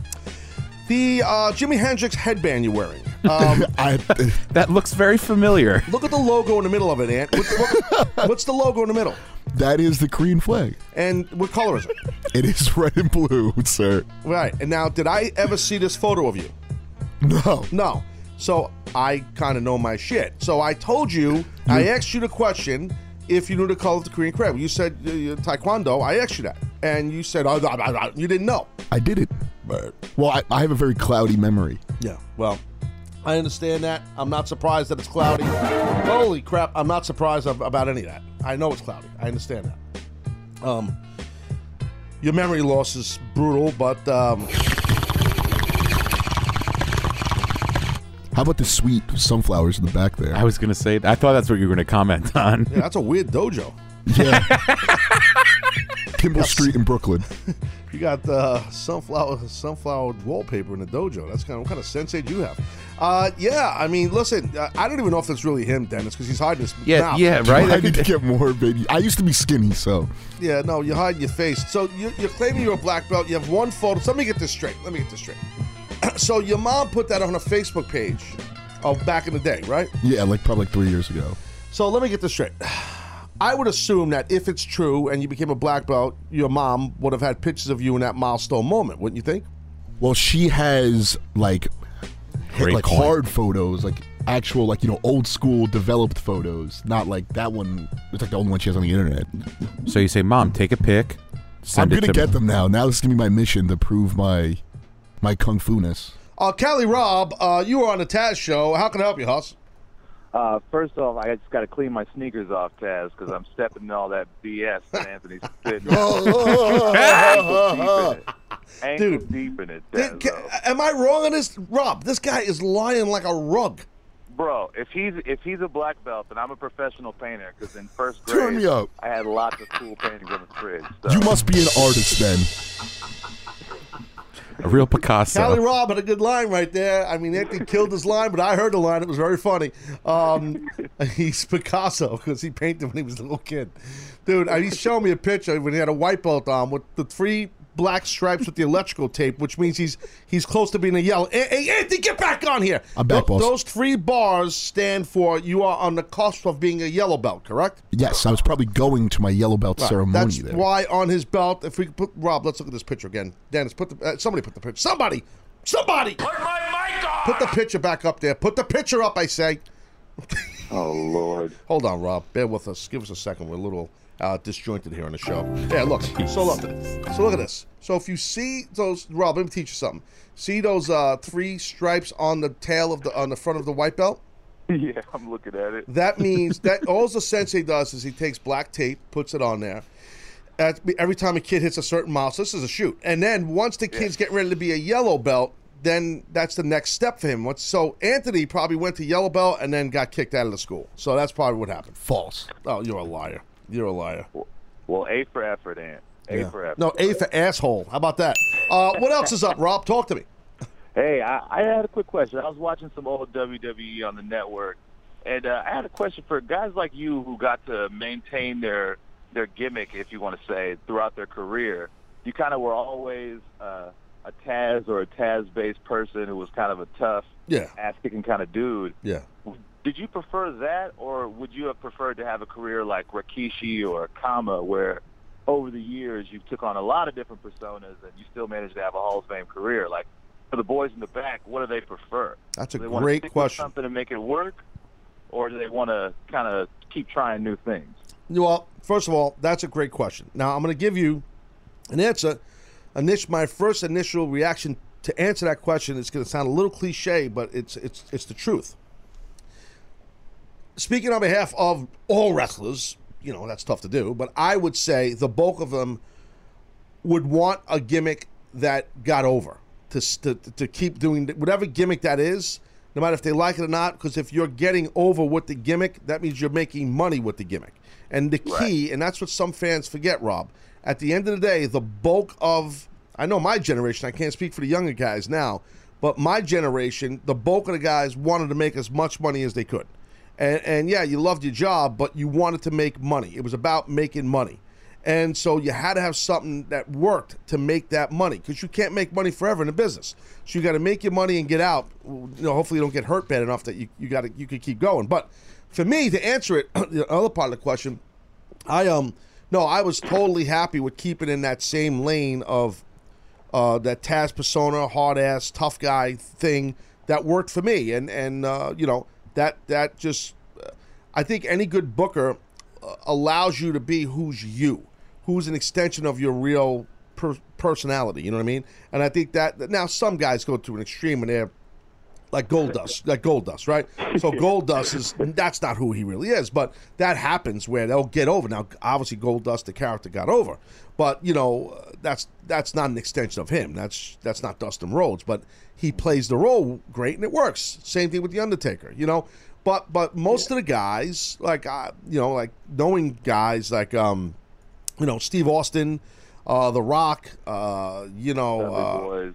The uh, Jimi Hendrix headband you're wearing. Um,
I,
that looks very familiar.
look at the logo in the middle of it, Ant. What, what- what's the logo in the middle?
that is the Korean flag.
And what color is it?
It is red and blue, sir.
Right. And now, did I ever see this photo of you?
No,
No. So I kind of know my shit. So I told you, I asked you the question if you knew the color of the Korean crab. You said uh, you- Taekwondo. I asked you that, and you said oh, blah, blah, blah." you didn't know.
I did it. Well, I, I have a very cloudy memory.
Yeah. Well, I understand that. I'm not surprised that it's cloudy. Holy crap! I'm not surprised ab- about any of that. I know it's cloudy. I understand that. Um, your memory loss is brutal, but um,
How about the sweet sunflowers in the back there?
I was gonna say. I thought that's what you were gonna comment on.
yeah, that's a weird dojo.
Kimball Street in Brooklyn.
You got uh, sunflower sunflower wallpaper in the dojo. That's kind of what kind of sensei do you have? Uh, yeah, I mean, listen, uh, I don't even know if that's really him, Dennis, because he's hiding his
Yeah,
mouth.
yeah, right.
I
That
need
could-
to get more, baby. I used to be skinny, so
yeah. No, you're hiding your face. So you're, you're claiming you're a black belt. You have one photo. So let me get this straight. Let me get this straight. so your mom put that on her Facebook page, oh, back in the day, right?
yeah, like probably like three years ago.
So let me get this straight. I would assume that if it's true and you became a black belt, your mom would have had pictures of you in that milestone moment, wouldn't you think?
Well, she has like hit,
Great
like
point.
hard photos, like actual like you know old school developed photos, not like that one. It's like the only one she has on the internet.
So you say, Mom, take a pic. Send
I'm
it
gonna
to
get them now. Now this is gonna be my mission to prove my my kung fu ness.
Uh, Callie Robb, uh, you were on the Taz show. How can I help you, Hoss?
Uh, first off, I just got to clean my sneakers off, Taz, because I'm stepping in all that BS that Anthony's spitting. Ankle deep in it. Ankle
Dude.
deep in it,
Did-
Taz.
ca- am I wrong on this, Rob? This guy is lying like a rug.
Bro, if he's if he's a black belt, then I'm a professional painter, because in first grade,
Turn me up.
I had lots of cool paintings on the fridge. So.
You must be an artist then.
a real
Callie
Picasso.
Robb had a good line right there. I mean, Anthony killed his line, but I heard the line. It was very funny. Um, he's Picasso because he painted when he was a little kid. Dude, uh, he showed me a picture when he had a white belt on with the three black stripes with the electrical tape, which means he's he's close to being a yellow. Hey, hey, Anthony, get back on here.
I'm back,
Tho-
boss.
Those three bars stand for you are on the cusp of being a yellow belt, correct?
Yes, I was probably going to my yellow belt
Right.
ceremony
That's
there.
why on his belt, if we could put Rob, let's look at this picture again. Dennis, put the uh, somebody put the picture. Somebody, somebody, put my mic on. Put the picture back up there. Put the picture up. I say.
Oh Lord.
Hold on, Rob. Bear with us. Give us a second. We're a little uh, disjointed here on the show. Yeah, look. So look. So look at this. So if you see those, Rob, let me teach you something. See those uh, three stripes on the tail of the on the front of the white belt?
Yeah, I'm looking at it.
That means that all the sensei does is he takes black tape, puts it on there. At, every time a kid hits a certain milestone, this is a shoot. And then once the kid's get ready to be a yellow belt, then that's the next step for him. Once, so Anthony probably went to yellow belt and then got kicked out of the school. So that's probably what happened.
False.
Oh, you're a liar. You're a liar.
Well, A for effort, Ant. A for effort.
No, A for asshole. How about that? Uh, what else is up, Rob? Talk to me.
Hey, I, I had a quick question. I was watching some old WWE on the network, and uh, I had a question for guys like you who got to maintain their their gimmick, if you want to say, throughout their career. You kind of were always uh, a Taz or a Taz-based person who was kind of a tough,
Yeah.
ass-kicking kind of dude.
Yeah.
Did you prefer that, or would you have preferred to have a career like Rikishi or Kama, where over the years you took on a lot of different personas and you still managed to have a Hall of Fame career? Like, for the boys in the back, what do they prefer?
That's a
Do they wanna
great
stick with
question.
Something to make it work, or do they want to kind of keep trying new things?
Well, first of all, that's a great question. Now I'm going to give you an answer. Init- my first initial reaction to answer that question is going to sound a little cliche, but it's it's it's the truth. Speaking on behalf of all wrestlers, you know that's tough to do, but I would say the bulk of them would want a gimmick that got over to s- to, to keep doing th- whatever gimmick that is, no matter if they like it or not. Because if you're getting over with the gimmick, that means you're making money with the gimmick. And the key, and that's what some fans forget, Rob. At the end of the day, the bulk of I know my generation. I can't speak for the younger guys now, but my generation, the bulk of the guys wanted to make as much money as they could. And, and yeah, you loved your job, but you wanted to make money. It was about making money. And so you had to have something that worked to make that money because you can't make money forever in a business. So you got to make your money and get out. You know, hopefully you don't get hurt bad enough that you, you got to you could keep going. But for me to answer it, the other part of the question, I um no, I was totally happy with keeping in that same lane of uh, that Taz persona, hard ass, tough guy thing that worked for me, and and uh, you know that that just, uh, I think any good booker uh, allows you to be who's you, who's an extension of your real per- personality. You know what I mean? And I think that that- now some guys go to an extreme and they're like gold dust like gold dust right so gold dust is that's not who he really is but that happens where they'll get over now obviously gold dust the character got over but you know uh, that's that's not an extension of him that's that's not dustin rhodes but he plays the role great and it works same thing with the undertaker you know but but most of the guys like I, you know like knowing guys like um you know steve austin uh the rock uh you know uh,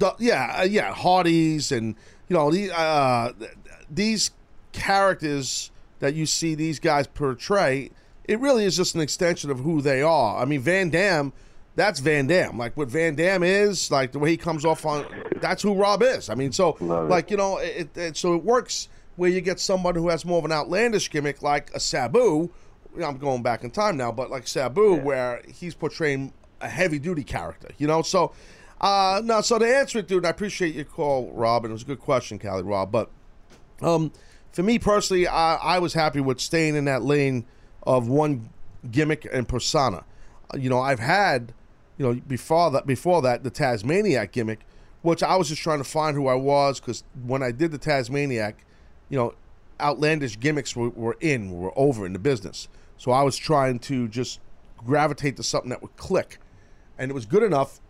the, yeah, uh, yeah, Hardys and you know the, uh, th- th- these characters that you see these guys portray. It really is just an extension of who they are. I mean, Van Dam, that's Van Dam. Like what Van Dam is, like the way he comes off on, that's who Rob is. I mean, so like you know, it, it, so it works where you get someone who has more of an outlandish gimmick, like a Sabu. You know, I'm going back in time now, but like Sabu, where he's portraying a heavy duty character. You know, so uh, no, so to answer it, dude, I appreciate your call, Rob, and it was a good question, Callie, Rob. But um, for me personally, I, I was happy with staying in that lane of one gimmick and persona. Uh, you know, I've had, you know, before that, before that, the Tasmaniac gimmick, which I was just trying to find who I was because when I did the Tasmaniac, you know, outlandish gimmicks were, were in, were over in the business. So I was trying to just gravitate to something that would click, and it was good enough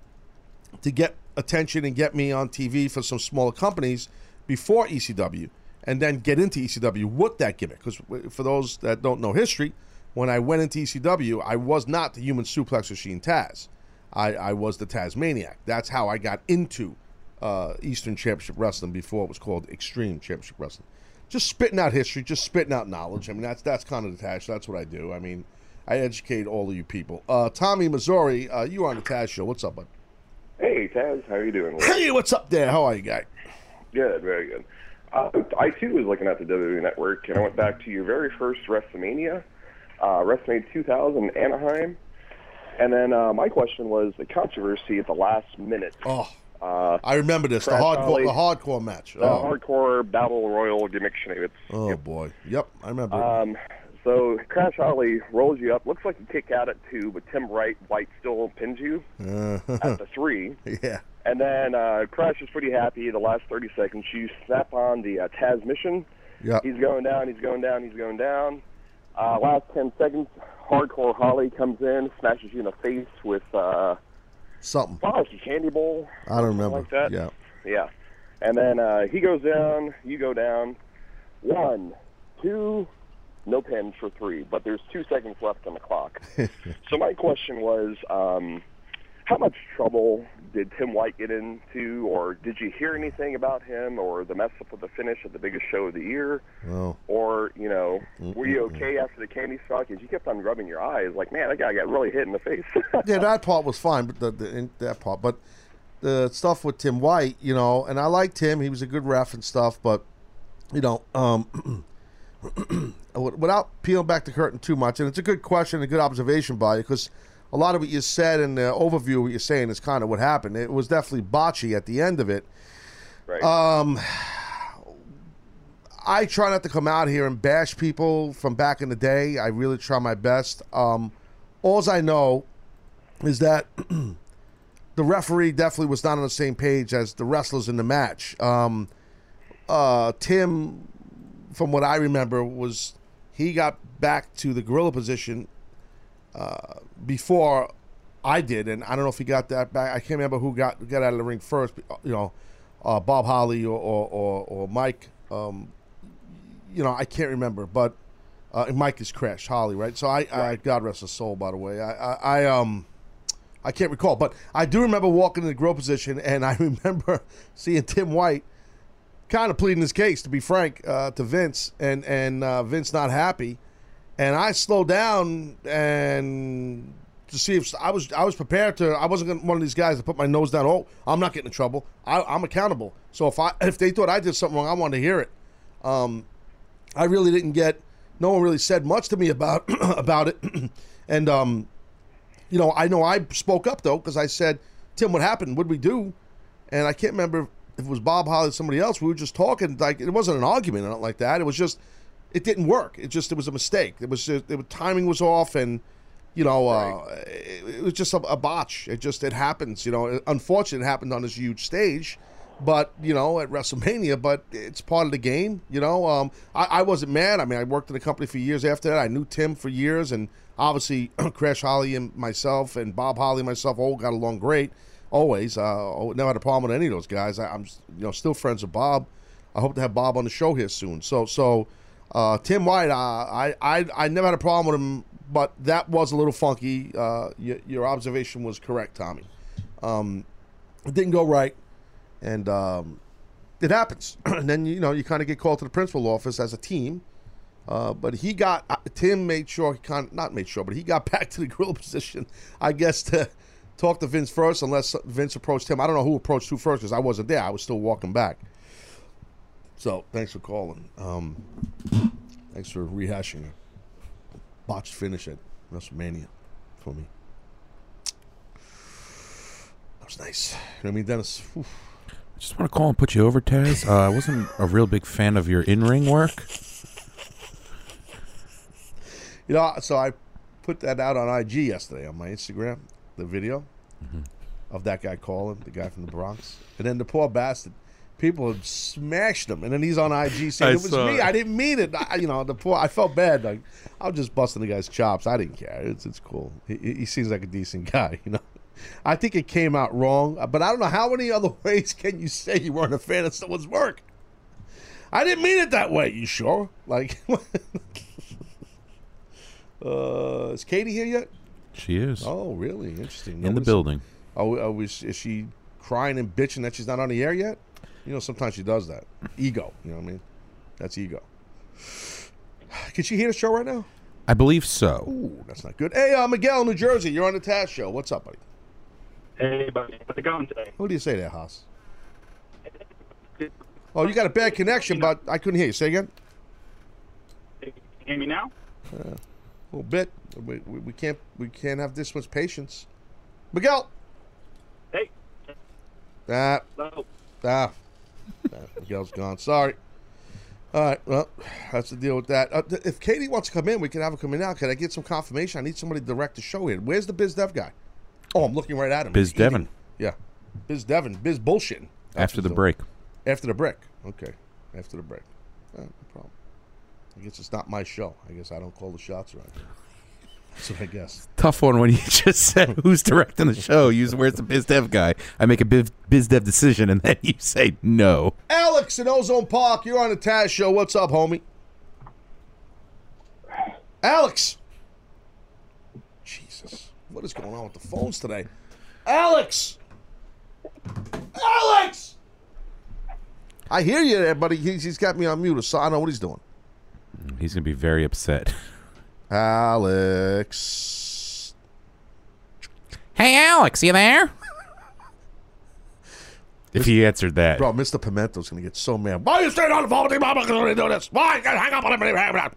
to get attention and get me on TV for some smaller companies before ECW, and then get into ECW with that gimmick. Because for those that don't know history, when I went into ECW, I was not the Human Suplex Machine Taz. I, I was the Tasmaniac. That's how I got into uh, Eastern Championship Wrestling before it was called Extreme Championship Wrestling. Just spitting out history, just spitting out knowledge. I mean, that's that's kind of the Tash. That's what I do. I mean, I educate all of you people. Uh, Tommy Missouri, uh, you are on the Taz show. What's up, bud?
Hey, Taz, how are you doing?
Hey, what's up there? How are you, guy?
Good, very good. Uh, I too was looking at the WWE Network, and I went back to your very first WrestleMania, uh, WrestleMania 2000 in Anaheim, and then uh, my question was the controversy at the last minute.
Oh,
Uh,
I remember this. The
Crash
hardcore,
Holly.
the hardcore match.
the
Oh,
hardcore battle royal gimmick shenanigans.
oh boy. Yep, I remember.
Um, so Crash Holly rolls you up. Looks like you kick out at two, but Tim Wright White still pins you
Uh,
at the three.
yeah.
And then uh, Crash is pretty happy. The last 30 seconds, you snap on the uh, Taz mission.
Yeah.
He's going down. He's going down. He's going down. Uh, last 10 seconds, Hardcore Holly comes in, smashes you in the face with uh,
Something.
well, it's a candy bowl.
I don't remember.
like that.
Yeah.
Yeah. And then uh, he goes down. You go down. One, two, no pins for three. But there's two seconds left on the clock. So my question was, um, how much trouble did Tim White get into, or did you hear anything about him, or the mess up with the finish at the biggest show of the year,
Oh.
or you know, were you okay after the candy stock? Because you kept on rubbing your eyes, like, man, that guy got really hit in the face.
yeah, that part was fine, but the, the in- that part, but the stuff with Tim White, you know, and I liked him. He was a good ref and stuff, but you know, um, wi- without peeling back the curtain too much, and it's a good question, a good observation by you, because a lot of what you said and the overview of what you're saying is kind of what happened. It was definitely botchy at the end of it.
Right.
Um, I try not to come out here and bash people from back in the day. I really try my best. Um, all I know is that the referee definitely was not on the same page as the wrestlers in the match. Um, uh, Tim, from what I remember, was he got back to the gorilla position uh, before I did, and I don't know if he got that back. I can't remember who got got out of the ring first. But, uh, you know, uh, Bob Holly or or, or, or Mike. Um, you know, I can't remember, but uh, and Mike is Crash Holly, right? So I, I God rest his soul, by the way. I, I, I um. I can't recall, but I do remember walking in the grill position, and I remember seeing Tim White kind of pleading his case, to be frank, uh, to Vince, and and uh, Vince not happy, and I slowed down and to see if I was I was prepared to I wasn't gonna, one of these guys to put my nose down. Oh, I'm not getting in trouble. I, I'm accountable. So if I if they thought I did something wrong, I wanted to hear it. Um, I really didn't get. No one really said much to me about about it, and um, you know, I know I spoke up though because I said, "Tim, what happened? What would we do?" And I can't remember if it was Bob Holly or somebody else. We were just talking. Like it wasn't an argument or nothing like that. It was just, it didn't work. It just it was a mistake. It was just, it, timing was off, and you know, uh, it, it was just a, a botch. It just it happens. You know, unfortunately, it happened on this huge stage. But you know, at WrestleMania, but it's part of the game. You know, um, I, I wasn't mad. I mean, I worked in the company for years after that. I knew Tim for years, and obviously Crash Holly and myself and Bob Holly and myself all got along great. Always, uh, never had a problem with any of those guys. I, I'm you know still friends with Bob. I hope to have Bob on the show here soon. So so uh, Tim White, uh, I, I I never had a problem with him, but that was a little funky. Uh, y- your observation was correct, Tommy. Um, it didn't go right, and um, it happens. and then you know you kind of get called to the principal office as a team. Uh, but he got uh, Tim made sure he kind of, not made sure, but he got back to the grill position. I guess to talk to Vince first, unless Vince approached him. I don't know who approached who first because I wasn't there. I was still walking back. So thanks for calling. Um, thanks for rehashing a botched finish at WrestleMania for me. That was nice. You know what I mean, Dennis? Whew.
I just want to call and put you over, Taz. Uh, I wasn't a real big fan of your in-ring work.
You know, so I put that out on IG yesterday on my Instagram, the video
Mm-hmm.
of that guy calling, the guy from the Bronx. And then the poor bastard, people had smashed him. And then he's on IG saying,
I
it was
saw
me.
it.
I didn't mean it. I, you know, the poor, I felt bad. Like, I was just busting the guy's chops. I didn't care. It's, it's cool. He, he he seems like a decent guy, you know. I think it came out wrong, but I don't know how many other ways can you say you weren't a fan of someone's work? I didn't mean it that way. You sure? Like, uh, is Katie here yet?
She is
Oh, really? Interesting.
in the
Nobody's-
building.
Oh, oh, is, is she crying and bitching that she's not on the air yet? You know, sometimes she does that. Ego. You know what I mean? That's ego. Can she hear the show right now?
I believe so.
Ooh, that's not good. Hey, uh, Miguel, New Jersey, you're on the Taz show. What's up, buddy?
Hey, buddy. How's it going today?
Who do you say there, Haas? Oh, you got a bad connection, but I couldn't hear you. Say again?
Can you hear me now?
Uh, a little bit. We, we, we can't we can't have this much patience. Miguel.
Hey.
Ah.
Hello.
Ah. Ah, Miguel's gone. Sorry. All right. Well, that's the deal with that. Uh, th- if Katie wants to come in, we can have her come in now. Can I get some confirmation? I need somebody to direct the show here. Where's the biz dev guy? Oh, I'm looking right at him.
Biz
He's eating.
Devin
Yeah. Biz Devin. Biz bullshitting. That's
after the
what's
break.
up. After the break. Okay. After the break. Uh, no problem. I guess it's not my show. I guess I don't call the shots around here. That's what I guess.
Tough one when you just said who's directing the show. Use where's the biz dev guy. I make a biz, biz dev decision and then you say no.
Alex in Ozone Park, you're on the Taz Show. What's up, homie? Alex. Jesus. What is going on with the phones today? Alex! Alex! I hear you there, buddy. He's, he's got me on mute, so I don't know what he's doing.
He's gonna be very upset.
Alex.
Hey, Alex, you there? If he answered that,
Bro, Mr. Pimento's going to get so mad. Why are you staying on the phone with me, Mama? Because I'm going to do this. Why? Hang up on him. All right,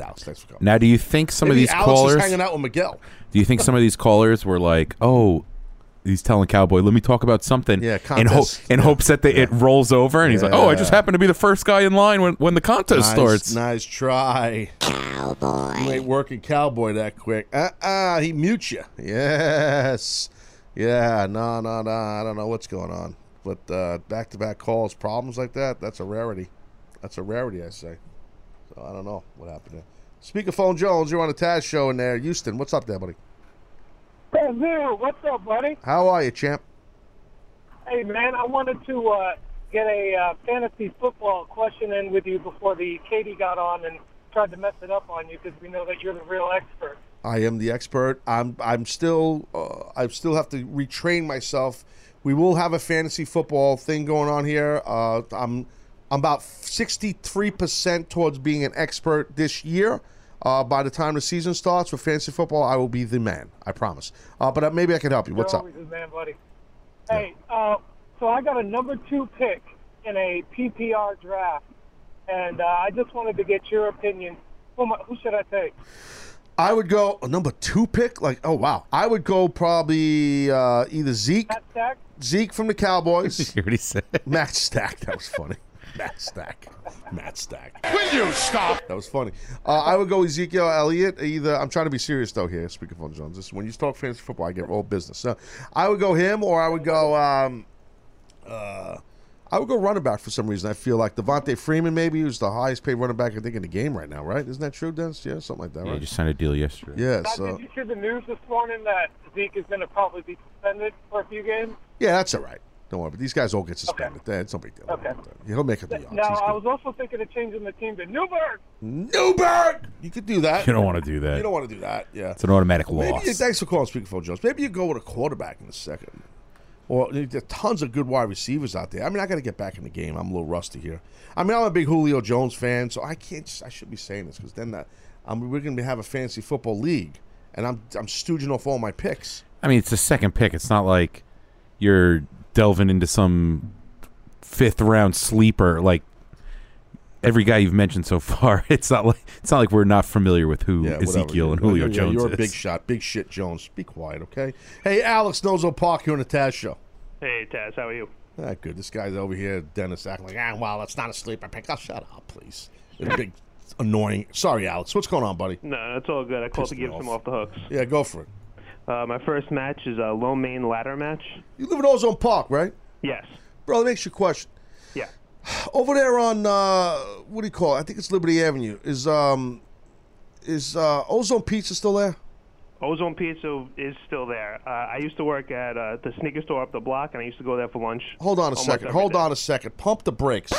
Alex, thanks for coming.
Now, do you think some
Maybe
of these
Alex
callers
is hanging out with Miguel.
Do you think some of these callers were like, "Oh, he's telling Cowboy, let me talk about something," yeah, in, ho-
contest.
in hopes that they, it rolls over, and he's like, "Oh, I just
Yeah.
happened to be the first guy in line when, when the contest
nice,
starts."
Nice try. Cowboy. You ain't working cowboy that quick. Uh-uh, he mutes you. Yes. Yeah, no, no, no. I don't know what's going on. But uh, back-to-back calls, problems like that, that's a rarity. That's a rarity, I say. So I don't know what happened there. Speakerphone Jones, you're on the Taz show in there. Houston, what's up there, buddy?
Hey, Lou, what's up, buddy?
How are you, champ?
Hey, man, I wanted to uh, get a uh, fantasy football question in with you before the Katie got on and tried to mess it up on you because we know that you're the real expert.
I am the expert. I'm. I'm still. Uh, I still have to retrain myself. We will have a fantasy football thing going on here. Uh, I'm. I'm about 63 percent towards being an expert this year. Uh, by the time the season starts for fantasy football, I will be the man. I promise. Uh, but uh, maybe I can help you. What's
You're
up?
always his man, buddy. Hey, uh, so I got a number two pick in a PPR draft, and uh, I just wanted to get your opinion. Who, am I- who should I take?
I would go a number two pick. Like, oh wow, I would go probably uh, either Zeke,
Stack?
Zeke from the Cowboys,
You already said
Matt Stack. That was funny. Matt Stack. Matt Stack.
Will you stop?
That was funny. Uh, I would go Ezekiel Elliott. Either I'm trying to be serious though here. Speakerphone Jones. This, when you talk fantasy football, I get all business. So I would go him, or I would go. Um, uh, I would go running back for some reason. I feel like Devontae Freeman maybe who's the highest paid running back I think in the game right now. Right? Isn't that true, Dennis? Yeah, something like that.
Yeah,
right?
you just signed a deal yesterday.
yeah.
Now,
So
Did you hear the news this morning that Zeke is going to probably be suspended for a few games?
yeah, that's all right. Don't worry. But these guys all get suspended. That- It's no big deal.
Okay.
He'll make it. the yards.
Now, I was also thinking of changing the team to Newberg.
Newberg. You could do that.
You don't wanna do that.
You don't want to do that. Yeah.
It's an automatic
Maybe
loss.
you, thanks for calling speakerphone, Jones. Maybe you go with a quarterback in the second. Or there are tons of good wide receivers out there. I mean, I got to get back in the game. I'm a little rusty here. I mean, I'm a big Julio Jones fan, so I can't. I should be saying this because then that, um, we're going to have a fantasy football league, and I'm I'm stooging off all my picks.
I mean, it's the second pick. It's not like you're delving into some fifth round sleeper. Like every guy you've mentioned so far, it's not like it's not like we're not familiar with who
Yeah, whatever.
Ezekiel and Julio
Yeah,
Jones
You're a
is.
big shot, big shit, Jones. Be quiet, okay? Hey, Alex Nozo Park here on the Taz Show.
Hey, Taz, how are you?
Ah, good. This guy's over here, Dennis, acting like, ah, well, it's not a sleeper pick. Oh, shut up, please. You're a big, annoying. Sorry, Alex. What's going on, buddy?
No, that's all good. I called
Pissed
to
me
give some
off.
off the hooks.
Yeah, go for it.
Uh, my first match is a low main ladder match.
You live in Ozone Park, right?
Yes.
Bro, that makes you question.
Yeah.
Over there on uh, what do you call it? I think it's Liberty Avenue. Is um is uh, Ozone Pizza still there?
Ozone Pizza is still there. Uh, I used to work at uh, the sneaker store up the block, and I used to go there for lunch.
Hold on a
almost
second.
every
Hold
day.
on a second. Pump the brakes.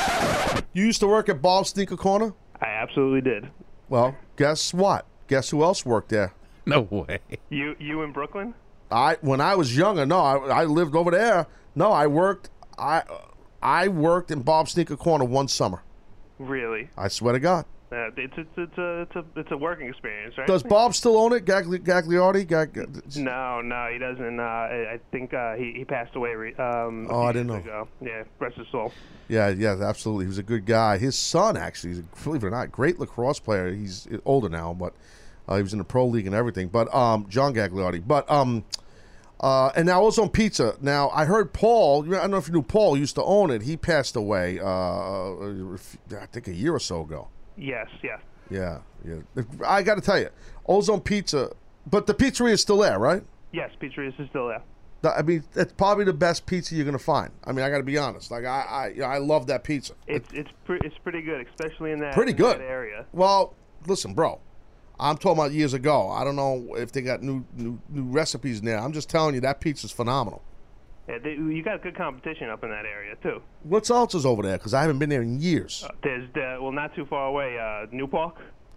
You used to work at Bob's Sneaker Corner?
I absolutely did.
Well, guess what? Guess who else worked there?
No way.
You you in Brooklyn?
I when I was younger, no, I, I lived over there. No, I worked. I I worked in Bob's Sneaker Corner one summer.
Really?
I swear to God.
Uh, it's, it's, it's, a, it's, a, it's a working experience, right?
Does Bob still own it? Gagli- Gagliardi? Gag-
No, no, he doesn't. Uh, I I think uh, he, he passed away. Re- um, a
Oh,
few
I didn't
years
know.
Ago. Yeah, rest his soul.
Yeah, yeah, absolutely. He was a good guy. His son, actually, he's a, believe it or not, great lacrosse player. He's older now, but uh, he was in the pro league and everything. But um, John Gagliardi. But um, uh, and now also on pizza. Now I heard Paul. I don't know if you knew Paul used to own it. He passed away. Uh, I think a year or so ago.
Yes, yeah.
Yeah, yeah. I got to tell you, Ozone Pizza, but the pizzeria is still there, right?
Yes, Petrius is still there.
The- I mean, that's probably the best pizza you're gonna find. I mean, I got to be honest. Like, I, I, you know, I love that pizza.
It's it's pre- it's pretty good, especially in that
Pretty
in
good.
that area.
Well, listen, bro. I'm talking about years ago. I don't know if they got new new, new recipes in there. I'm just telling you that pizza's phenomenal.
Yeah, they, you got good competition up in that area too.
What's else is over there? Because I haven't been there in years.
Uh, there's the, well, not too far away, uh, New Park.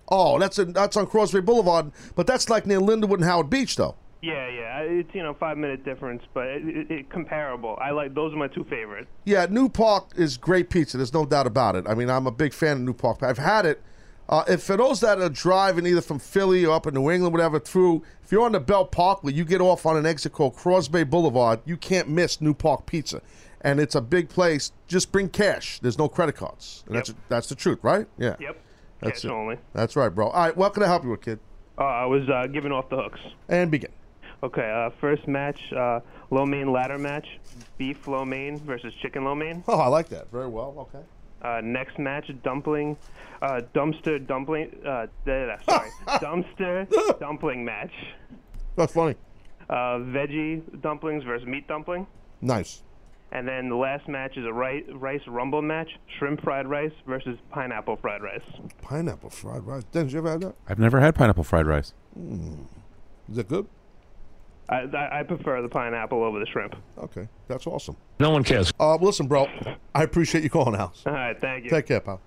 Oh, that's in that's on Crosby Boulevard, but that's like near Lindenwood and Howard Beach, though.
Yeah, yeah, it's you know five minute difference, but it, it, it, comparable. I like those are my two favorites.
Yeah, New Park is great pizza. There's no doubt about it. I mean, I'm a big fan of New Park. I've had it. Uh, if for those that are driving either from Philly or up in New England, whatever, through, if you're on the Bell Parkway, you get off on an exit called Crosby Boulevard. You can't miss New Park Pizza, and it's a big place. Just bring cash. There's no credit cards. And That's that's the truth, right? Yeah.
Yep.
That's
Cash
it.
only.
That's right, bro. All right, what can I help you with, kid?
Uh, I was uh, giving off the hooks.
And begin.
Okay, uh, first match, uh, lo mein ladder match, beef lo mein versus chicken lo mein.
Oh, I like that. Very well. Okay.
Uh, next match, dumpling, uh, dumpster dumpling. Uh, da, da, da, sorry, dumpster dumpling match.
That's funny.
Uh, veggie dumplings versus meat dumpling.
Nice.
And then the last match is a rice, rice rumble match, shrimp fried rice versus pineapple fried rice.
Pineapple fried rice. Dennis, you ever had that?
I've never had pineapple fried rice.
Mm. Is it good?
I, I, I prefer the pineapple over the shrimp.
Okay, that's awesome. No one cares. Uh, listen, bro, I appreciate you calling, House.
All right, thank you.
Take care, pal.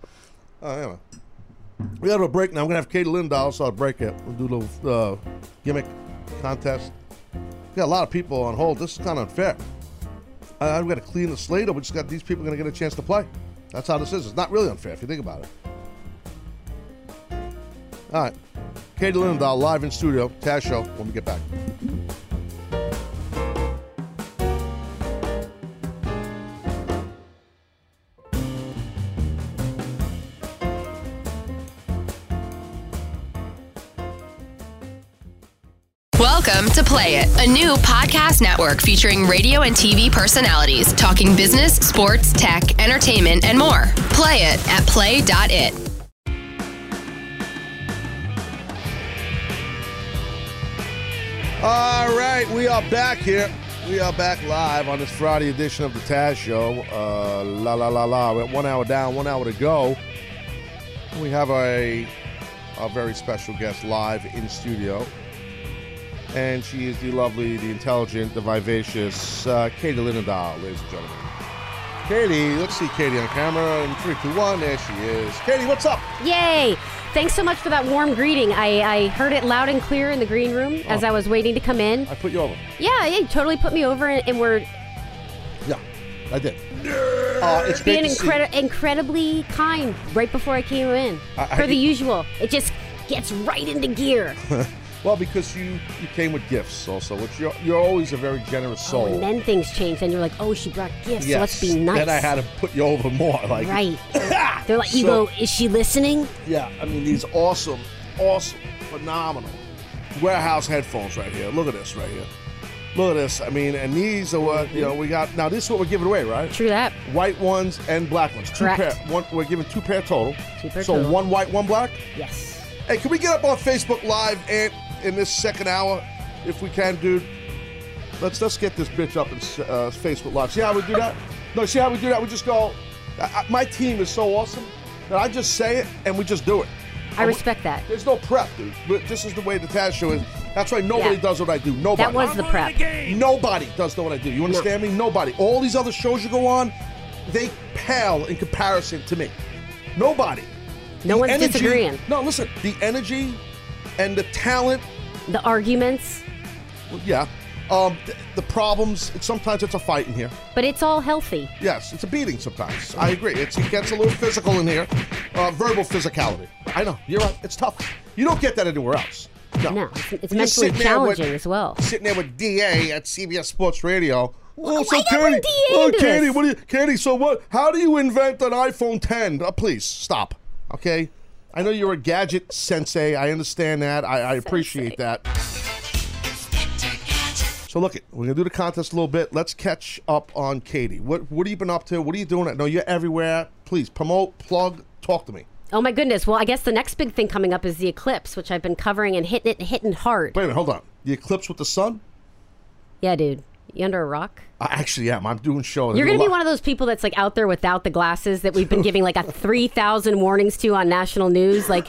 Uh, anyway, we have a break now. We're gonna have Katie Lindahl, so I'll break it. We'll do a little uh, gimmick contest. We got a lot of people on hold. This is kind of unfair. I, I've got to clean the slate up. We just got these people gonna get a chance to play. That's how this is. It's not really unfair if you think about it. All right, Katie Lindahl live in studio. Tash show when we get back.
Welcome to Play It, a new podcast network featuring radio and TV personalities talking business, sports, tech, entertainment, and more. Play it at play.it.
All right, we are back here. We are back live on this Friday edition of the Taz Show. Uh, la la la la. We're at one hour down, one hour to go. And We have a a very special guest live in studio, and she is the lovely, the intelligent, the vivacious uh, Katie Linendahl, ladies and gentlemen. Katie, let's see Katie on camera in three, two, one. There she is. Katie, what's up?
Yay! Thanks so much for that warm greeting. I, I heard it loud and clear in the green room as
Oh.
I was waiting to come in.
I put you over.
Yeah, yeah, you totally put me over, and, and we're
Yeah, I did. Uh, it's great
being
to see you.
incredi- incredibly kind right before I came in.
I- I-
for the usual, it just gets right into gear.
well, because you you came with gifts also, which you're you're always a very generous soul.
And then things change, and you're like, oh, she brought gifts, Oh, so let's be
Yes.
nice.
Then I had to put you over more. Like
right. They're like, you
So-
go, is she listening?
Yeah, I mean these awesome, awesome, phenomenal warehouse headphones right here. Look at this right here. Look at this. I mean, and these are what you know we got. Now this is what we're giving away, right?
True that.
White ones and black ones. Two
Correct.
pair. One, we're giving two pair total. Two
pair
so
total.
one white, one black.
Yes.
Hey, can we get up on Facebook Live and in this second hour, if we can, dude? Let's let's get this bitch up in uh, Facebook Live. See how we do that? No, see how we do that? We just go. I, I, my team is so awesome that I just say it and we just do it.
I respect that.
There's no prep, dude. But This is the way the Taz show is. That's why nobody
Yeah.
does what I do. Nobody.
That was the prep.
Nobody does know what I do. You understand me? Nobody. All these other shows you go on, they pale in comparison to me. Nobody.
No
The
one's disagreeing.
No, listen. The energy and the talent.
The arguments.
Well, yeah. Um, the, the problems. It's, sometimes it's a fight in here.
But it's all healthy.
Yes, it's a beating sometimes. I agree. It's, it gets a little physical in here. Uh, verbal physicality. I know. You're right. It's tough. You don't get that anywhere else. No.
it's, it's
You're
mentally
sitting there with-
challenging as well.
Sitting there with DA at CBS Sports Radio. Oh, so
everyone
Katie,
DA
oh,
this?
Katie, what do you, Katie, so what, how do you invent an iPhone 10? Uh, please, stop, okay? I know you're a gadget sensei. I understand that. I, I appreciate that. So look, it, we're gonna do the contest a little bit. Let's catch up on Katie. What what have you been up to? What are you doing? I know you're everywhere. Please promote, plug, talk to me.
Oh my goodness. Well, I guess the next big thing coming up is the eclipse, which I've been covering and hitting it hitting hard.
Wait a minute, hold on. The eclipse with the sun?
Yeah, dude. You under a rock?
I actually am. I'm doing show.
You're gonna
There's a
be
lot-
one of those people that's like out there without the glasses that we've been giving like a three thousand warnings to on national news. Like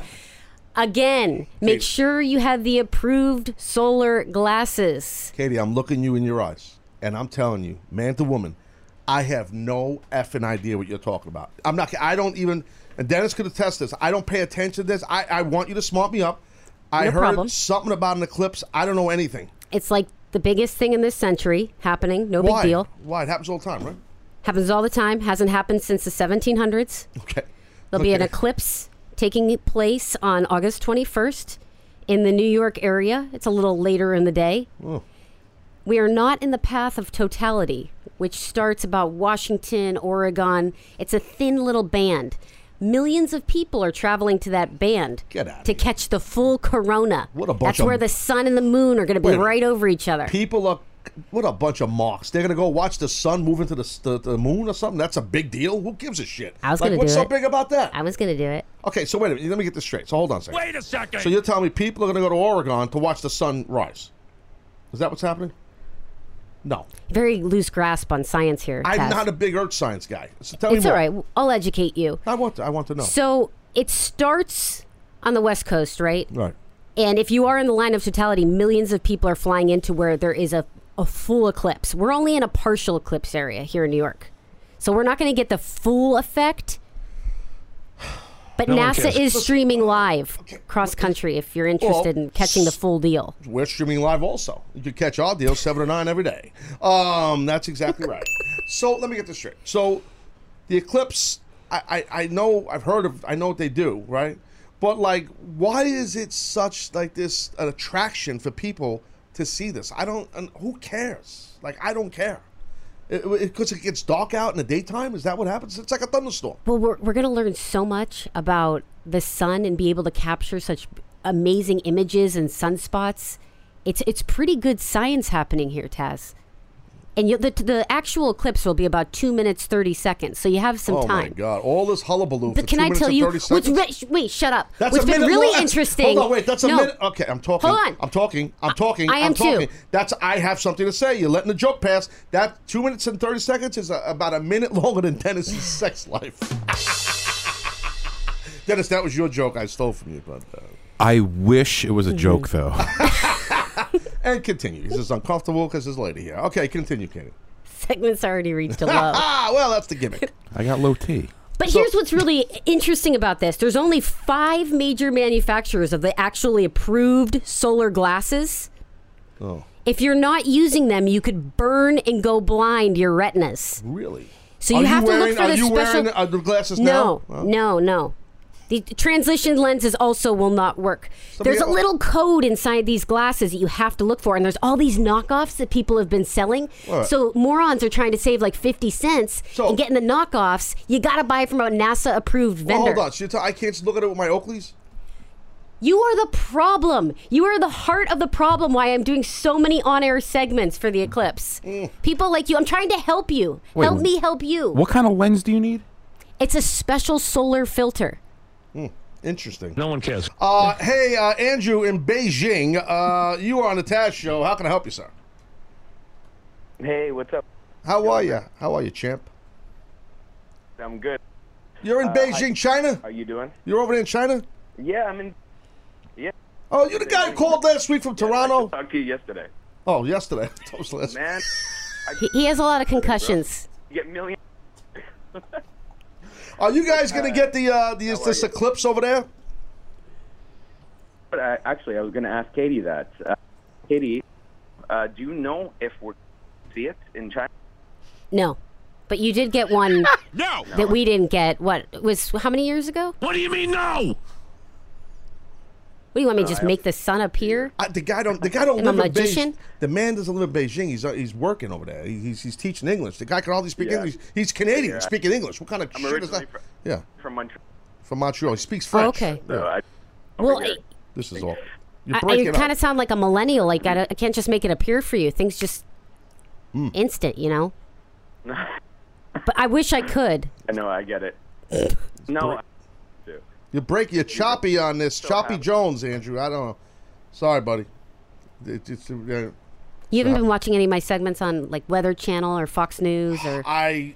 again, make sure you have the approved solar glasses.
Katie, I'm looking you in your eyes, and I'm telling you, man to woman, I have no effing idea what you're talking about. I'm not. I don't even. And Dennis could attest this. I don't pay attention to this. I, I want you to smart me up. I
No
heard
problem.
something about an eclipse. I don't know anything.
It's like the biggest thing in this century happening. No
Why?
big deal.
Why? It happens all the time, right?
Happens all the time. Hasn't happened since the 1700s.
Okay.
There'll be an
Okay.
eclipse taking place on August 21st in the New York area. It's a little later in the day.
Oh.
We are not in the path of totality, which starts about Washington, Oregon. It's a thin little band. Millions of people are traveling to that band to catch the full corona. What
a bunch
That's
of-
where the sun and the moon are going to be
Wait a minute.
right over each other.
People are what a bunch of marks. They're gonna go watch the sun move into the, s- the, the moon or something. That's a big deal. Who gives a shit?
I was
like,
going to do
what's
it.
so big about that?
I was going to do it.
Okay, so wait a minute. Let me get this straight. So hold on a second.
Wait a second.
So you're telling me people are gonna go to Oregon to watch the sun rise? Is that what's happening? No,
Very loose grasp on science here.
I'm
Taz.
not a big earth science guy. So tell
it's
me
all
more.
right. I'll educate you.
I want. To, I want to know.
So it starts on the West Coast, right?
Right.
And if you are in the line of totality, millions of people are flying into where there is a, a full eclipse. We're only in a partial eclipse area here in New York. So we're not going to get the full effect. But
No one
NASA is
cares. Listen-
streaming live cross country if you're interested in catching the full deal.
We're streaming live also. You can catch our deal seven to nine every day. Um, that's exactly right. so let me get this straight. So the eclipse, I, I, I know I've heard of I know what they do, right? But like, why is it such like this an attraction for people to see this? I don't. And who cares? Like I don't care. Because it, 'cause it gets dark out in the daytime. Is that what happens? It's like a thunderstorm.
Well, we're, we're going to learn so much about the sun and be able to capture such amazing images and sunspots. It's it's pretty good science happening here, Taz. And you, the the actual eclipse will be about two minutes thirty seconds, so you have some
oh
time.
my god! All this hullabaloo. for
But can
two
I
minutes
tell
and
you
30
what's
seconds?
re- sh- wait? Shut up.
That's
what's
a
been
minute
really
long. That's-
interesting.
Hold on, wait. That's a
no,
minute. Okay, I'm talking.
Hold on.
I'm talking. I'm talking.
I am
am talking.
too.
That's. I have something to say. You're letting the joke pass. That two minutes and thirty seconds is a, about a minute longer than Dennis's sex life. Dennis, that was your joke. I stole from you, but. Uh,
I wish it was
Mm-hmm.
a joke, though.
Oh.
and continue. He's just uncomfortable because there's a lady here. Okay, continue, Katie.
Segments already reached a low.
Ah, well, that's the gimmick.
I got low T.
But here's what's really interesting about this. There's only five major manufacturers of the actually approved solar glasses.
Oh,
If you're not using them, you could burn and go blind your retinas.
really?
So you
Are
have to
wearing,
look for
are
the
you
special.
Wearing, uh, the glasses
no,
now? Oh.
no, no. The transition lenses also will not work.
Somebody
there's a
else-
little code inside these glasses that you have to look for, and there's all these knockoffs that people have been selling.
All right.
So morons are trying to save like 50 cents and getting the knockoffs. You got to buy from a NASA approved
Well,
vendor.
hold on. So you're t- I can't look at it with my Oakleys.
You are the problem. You are the heart of the problem why I'm doing so many on air segments for the eclipse. People like you, I'm trying to help you.
Eh. Wait,
help me help you.
What kind of lens do you need?
It's a special solar filter.
Interesting.
No one cares.
Uh, hey, uh, Andrew in Beijing, uh, you are on the Taz Show. How can I help you, sir?
Hey, what's up?
How are you? How are you, champ?
I'm good.
You're in
Uh,
Beijing,
hi.
China?
How you doing?
You're over there in China?
Yeah, I'm in. Yeah.
Oh, you're the guy who called last week from Toronto?
Talked to you yesterday.
Oh, yesterday. That was last
Man,
He- He has a lot of concussions.
you get millions.
Are you guys going to get the, uh, the is this eclipse over there?
But I, actually, I was going to ask Katie that. Uh, Katie, uh, do you know if we're see it in China?
No. But you did get one no. that we didn't get. What it was how many years ago? What do you mean no? What do you want me to
No,
Uh,
just
I
make the sun appear?
I, the guy don't. The guy don't
Am I a
live in
magician?
Beijing. The man doesn't live in Beijing. He's uh, he's working over there. He, he's, he's teaching English. The guy can hardly speak
Yeah.
English. He's Canadian
Yeah.
speaking English. What kind of
I'm
shit is
originally
that? yeah,
from Montreal.
from Montreal. He speaks
Oh,
French.
okay.
Yeah.
Well, I,
This is all.
I- you kind of sound like a millennial. Like I, don't- I can't just make it appear for you. Things just
Hmm.
instant, you know. But I wish I could.
I know, I get it. no, I do.
You break your choppy on this choppy Jones, Andrew. I don't know. Sorry, buddy. It- it's, uh,
You haven't
Yeah.
been watching any of my segments on like Weather Channel or Fox News or.
I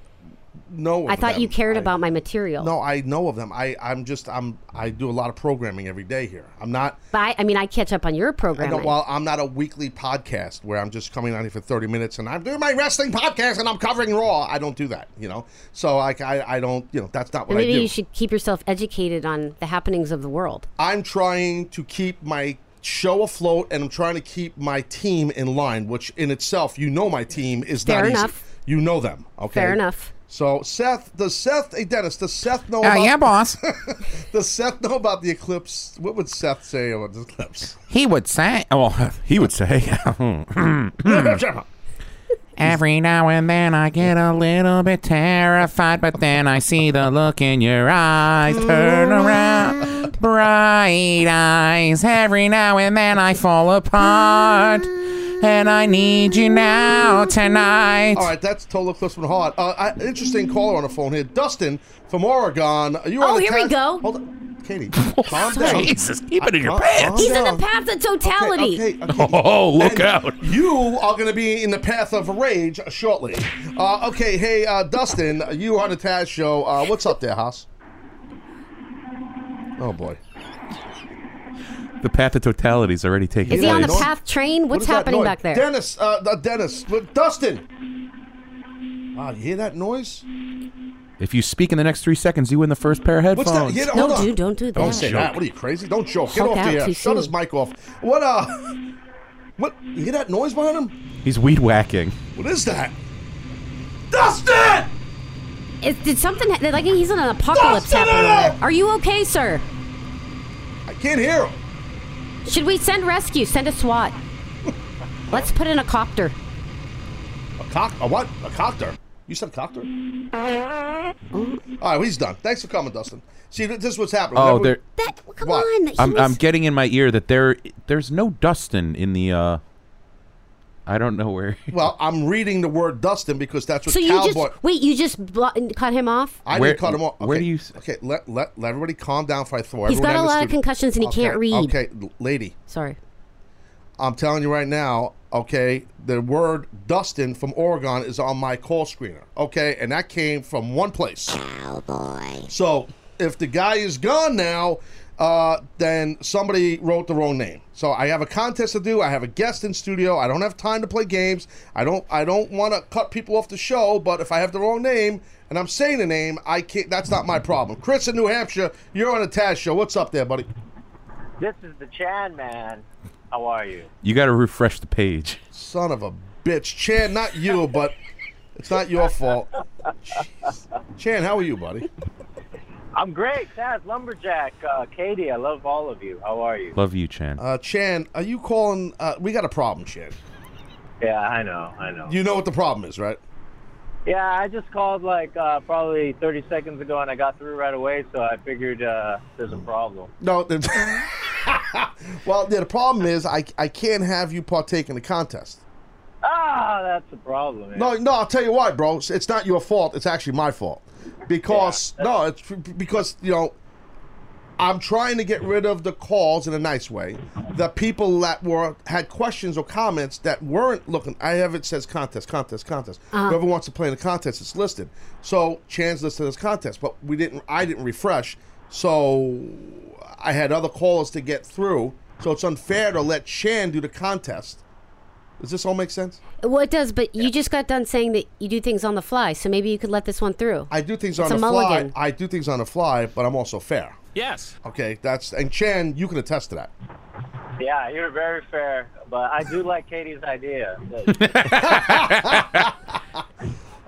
know.
I
of
thought
them.
you cared
I-
about my material.
No, I know of them. I I'm just I'm I do a lot of programming every day here. I'm not.
But I, I mean, I catch up on your
I
programming.
don't, well, I'm not a weekly podcast where I'm just coming on here for 30 minutes and I'm doing my wrestling podcast and I'm covering Raw. I don't do that, you know. So like I I don't you know that's not what
maybe
I do.
you should keep yourself educated on the happenings of the world.
I'm trying to keep my show afloat and I'm trying to keep my team in line, which in itself, you know, my team is
Fair
not
enough.
easy. You know them, okay?
Fair enough.
So Seth, does Seth, hey Dennis, does Seth know?
Uh, yeah,
boss. does Seth know about the eclipse? What would Seth say about the eclipse?
oh,
Oh,
He would say. Well, he would say.
Every now and then I get a little bit terrified, but then I see the look in your eyes. Turn around, bright eyes. Every now and then I fall apart, and I need you now tonight.
All right, that's Total Eclipse from the Heart. Uh, I, interesting caller on the phone here, Dustin from Oregon. Are you
Oh,
on the
here we
task-
go. Oh,
Hold on, Katie, calm down.
Jesus, keep it in your
Calm-
pants.
calm
He's in
down.
the path of totality.
Oh, look out.
You are going to be in the path of rage shortly. Uh, okay, hey uh, Dustin, you on the Taz show? Uh, what's up there, Haas? Oh boy.
The path of totality is already taking
Is he
place.
on the path train?
What
What's
is that
happening
noise?
back there?
Dennis, uh, uh, Dennis, look, Dustin. Wow, you hear that noise?
If you speak in the next three seconds, you win the first pair of headphones.
What's that? Yeah, hold on. Don't say that.
Joke.
What are you crazy? Don't joke. Get
Hulk
off
out
the air.
too
Shut his
soon.
mic off. What? Uh, what? You hear that noise behind him?
He's weed whacking.
What is that? Dustin!
Is, did something ha- like he's in an apocalypse happening? over there. Are you okay, sir?
I can't hear him.
Should we send rescue? Send a SWAT. Let's put in a copter.
A cock? A what? A copter? You said copter? All right, well, he's done. Thanks for coming, Dustin. See, th- this is what's happening.
Oh,
Whenever-
That, come
What?
on. he
I'm,
was-
I'm getting in my ear that there there's no Dustin in the. uh I don't know where.
Well, I'm reading the word Dustin because that's what
so you
cowboy.
just wait. You just blo- cut him off.
I
Where-
didn't cut him off. Okay.
where do you?
Okay, let, let let everybody calm down before I throw.
He's
everyone
got
out
a
of the
lot of
studio.
concussions and he can't
Okay,
read.
Okay, l- lady.
Sorry.
I'm telling you right now. Okay, the word Dustin from Oregon is on my call screener. Okay, and that came from one place. Cowboy. So if the guy is gone now. Uh, then somebody wrote the wrong name. So I have a contest to do. I have a guest in studio. I don't have time to play games. I don't. I don't want to cut people off the show. But if I have the wrong name and I'm saying the name, I can't. That's not my problem. Chris in New Hampshire, you're on a Taz show. What's up there, buddy?
This is the Chan man. How are you?
You got to refresh the page.
Son of a bitch. Chan, not you, but it's not your fault. Chan, how are you, buddy?
I'm great. Taz, Lumberjack, uh, Katie, I love all of you. How are you?
Love you, Chan.
Uh, Chan, are you calling? Uh, we got a problem, Chan.
Yeah, I know, I know.
You know what the problem is, right?
Yeah, I just called like uh, probably 30 seconds ago and I got through right away, so I figured uh, there's a problem.
No. the- well, yeah, the problem is I, I can't have you partake in the contest.
Ah, that's the problem. Man.
No, no, I'll tell you why, bro. It's- It's not your fault. It's actually my fault because no, it's f- because you know I'm trying to get rid of the calls in a nice way. The people that were had questions or comments that weren't looking. I have it says contest, contest, contest.
Uh-huh.
Whoever wants to play in the contest, it's listed. So Chan's listed as contest, but we didn't. I didn't refresh, so I had other callers to get through. So it's unfair to let Chan do the contest. Does this all make sense?
Well, it does, but you just got done saying that you do things on the fly, so maybe you could let this one through.
I do things
It's a
on the
mulligan.
fly. I do things on the fly, but I'm also fair.
Yes.
Okay, that's and Chan, you can attest to that.
Yeah, you're very fair, but I do like Katie's idea.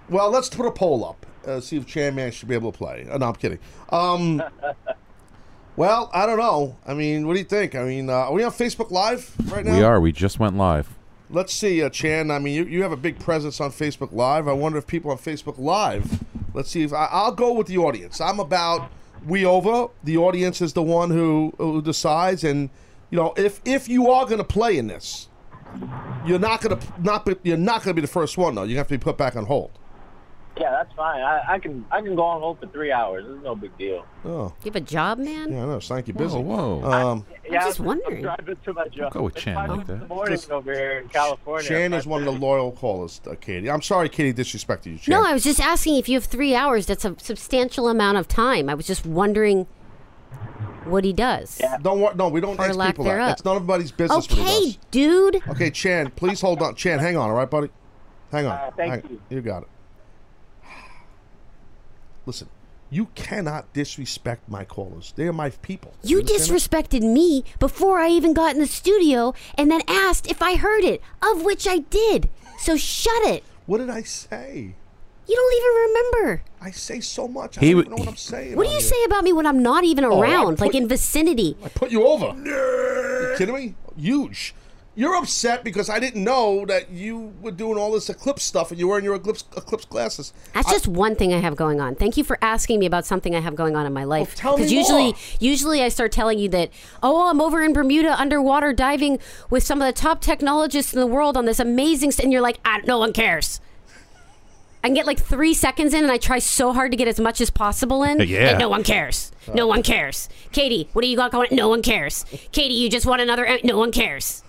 Well, let's put a poll up. Uh, see if Chan Man should be able to play. Uh, no, I'm kidding. Um, well, I don't know. I mean, what do you think? I mean, uh, are we on Facebook Live right now?
We are. We just went live.
Let's see, uh, Chan. I mean, you, you have a big presence on Facebook Live. I wonder if people on Facebook Live. Let's see if I, I'll go with the audience. I'm about we over. The audience is the one who, who decides, and you know, if if you are going to play in this, you're not going to not be, you're not going to be the first one though. You're going to have to be put back on hold.
yeah, that's fine. I, I can I can go on hold for three hours. It's no big deal.
Oh,
You have a job, man.
yeah, I know. Thank you, busy.
Whoa,
Um,
Yeah,
just wondering.
driving to my job.
go with
It's
Chan
five
like
minutes in
that.
the morning
Just-
over here in California.
Chan is one of the loyal callers, uh, Katie. I'm sorry, Katie disrespected you. Chan.
No, I was just asking if you have three hours. That's a substantial amount of time. I was just wondering what he does.
Don't wor- no, we don't
Or
ask
lack
people that.
thereof.
It's none of everybody's business. what he
Okay,
does.
dude.
Okay, Chan, please hold on. Chan, hang on, all right, buddy? Hang on.
Uh, thank
Hang- you. got it. Listen, you cannot disrespect my callers. They are my people.
You
understand that?
disrespected me before I even got in the studio and then asked if I heard it, of which I did. So shut it.
What did I say?
You don't even remember.
I say so much. I
He
don't
would-
even know what I'm saying.
What do
on
you
here.
say about me when I'm not even
Oh, I
around,
put-
like in vicinity?
I put you over. You kidding me? Huge. You're upset because I didn't know that you were doing all this eclipse stuff and you were in your eclipse eclipse glasses.
That's just one thing I have going on. Thank you for asking me about something I have going on in my life.
tell me
usually,
more.
usually I start telling you that, oh, I'm over in Bermuda underwater diving with some of the top technologists in the world on this amazing, st-, and you're like, ah, no one cares. I can get like three seconds in, and I try so hard to get as much as possible in.
Yeah.
And no one cares. No one cares. Katie, what do you got going? No one cares. Katie, you just want another? em- No one cares.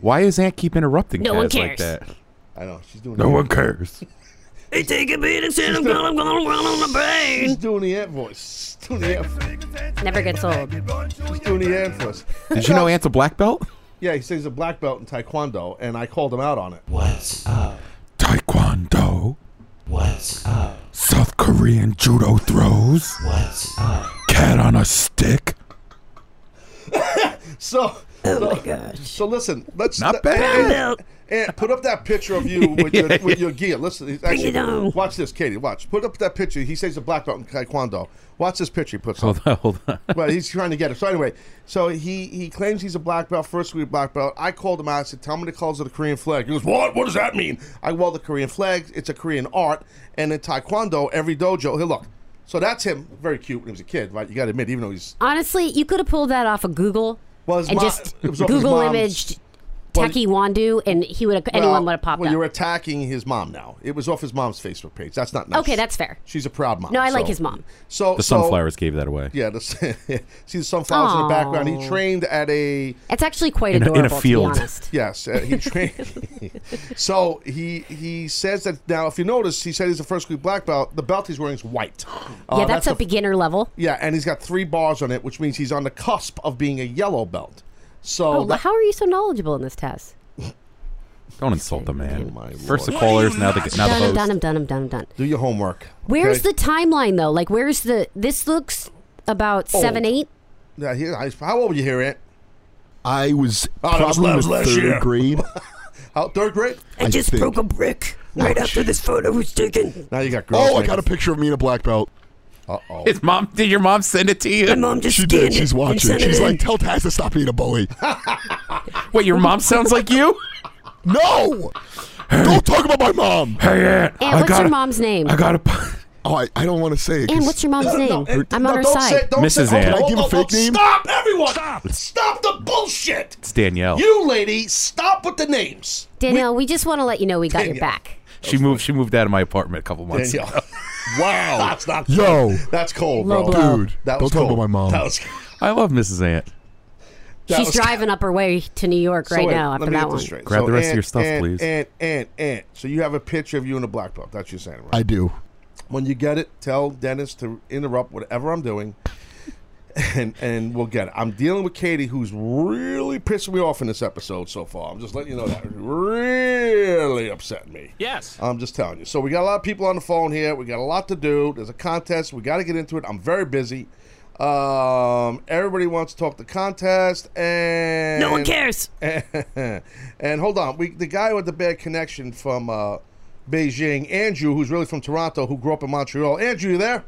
Why is Aunt keep interrupting
No one
Taz like
cares.
that?
I know she's doing.
No one cares.
Hey, take a beat and sit. I'm
gonna-
I'm gonna run on the brain.
She's doing the ant voice. She's doing the ant
Never gets old.
She's doing the ant voice.
Did you know Ant's a black belt?
Yeah, he says he's a black belt in Taekwondo, and I called him out on it. What's up?
Taekwondo.
What's up?
South Korean judo throws.
What's up?
Cat on a stick.
So. Oh so, my gosh. So listen, let's
Not
th-
bad.
And, and put up that picture of you with your
Yeah,
with
yeah.
your gear. Listen, he's
Bring
actually,
it on.
watch this, Katie. Watch. Put up that picture. He says a black belt in Taekwondo. Watch this picture he puts up.
Hold on, hold on.
but he's trying to get it. So anyway, so he he claims he's a black belt, first degree black belt. I called him out. I said, "Tell me the colors of the Korean flag." He goes, "What? What does that mean?" I well, the Korean flag. It's a Korean art, and in Taekwondo, every dojo. Here, look. So that's him. Very cute when he was a kid, right? You got to admit, even though he's
Honestly, you could have pulled that off of Google
Well, his
and
mo-
just
it was off his
Google
mom's-
imaged
Well,
Taki Wandu, and he would have anyone
Well,
would have popped
Well,
up.
you're attacking his mom now. It was off his mom's Facebook page. That's not nice.
Okay, that's fair.
She's a proud mom.
No, I like
so-
his mom.
So
The
so-
sunflowers gave that away.
Yeah, the, see the sunflowers in the background. He
Aw.
trained at a
It's actually quite
In a- in a
adorable.
field.
To be honest.
Yes, uh, he trained. so he he says that now. If you notice, he said he's a first degree black belt. The belt he's wearing is white. Uh,
yeah, that's, a
the-
beginner level.
yeah, and he's got three bars on it, which means he's on the cusp of being a yellow belt. So
Oh,
that-
how are you so knowledgeable in this test?
Don't insult the man.
my
First the
lord.
callers, now the now the
Done,
host.
done, done, done, done.
do your homework.
Where's
okay?
the timeline though? Like, where's the? This looks about
Old.
seven, eight.
Yeah, he, I- how old were you here, Ant?
I was
Oh, that was
probably in
last-
the
last
third
year.
grade.
How, third grade?
I I just think. broke a
brick
right Oh, after
this photo was taken. Now you got girls.
Oh, I got a picture of me in a black belt.
Uh oh.
His mom did your mom send it to you?
My mom just she did. She's watching. She's like, tell Taz to stop being a bully.
Wait, your mom sounds like you?
no, don't talk about my mom.
Hey, Aunt,
And what's your mom's name?
got a.
Oh, I, I don't want to say it.
And
'cause-
what's your mom's name?
her-
I'm on her
don't
side.
Say, don't
Mrs.
oh,
Say,
Ann.
hold on,
Can I give a
hold on,
fake name?
Stop, everyone! Stop! Stop the bullshit!
It's Danielle.
You lady, stop with the names.
Danielle, we just want to let you know we got your
Danielle.
back.
she moved. She moved out of my apartment a couple months
Danielle.
ago.
Wow. That's not
Yo.
cold. That's cold, bro.
Low blow.
Dude,
That
don't
was
talk about
cold.
my mom.
That was,
I love Mrs. Ant.
that
She's
was-
driving up her way to New York
So
right
wait,
now
let
after
me
that
get
one.
this straight.
Grab
So
the rest of
Ann-
your stuff,
Ann-
please.
Ann, Ann, Ann. So you have a picture of you in a black belt. That's what you're saying, right?
I do.
When you get it, tell Dennis to interrupt whatever I'm doing, and and we'll get it. I'm dealing with Katie, who's really pissing me off in this episode so far. I'm just letting you know that really upset me.
Yes.
I'm just telling you. So we got a lot of people on the phone here. We got a lot to do. There's a contest. We got to get into it. I'm very busy. Um, everybody wants to talk the contest, and
No one cares.
And, hold on, we the guy with the bad connection from uh, Beijing, Andrew, who's really from Toronto, who grew up in Montreal. Andrew, you there?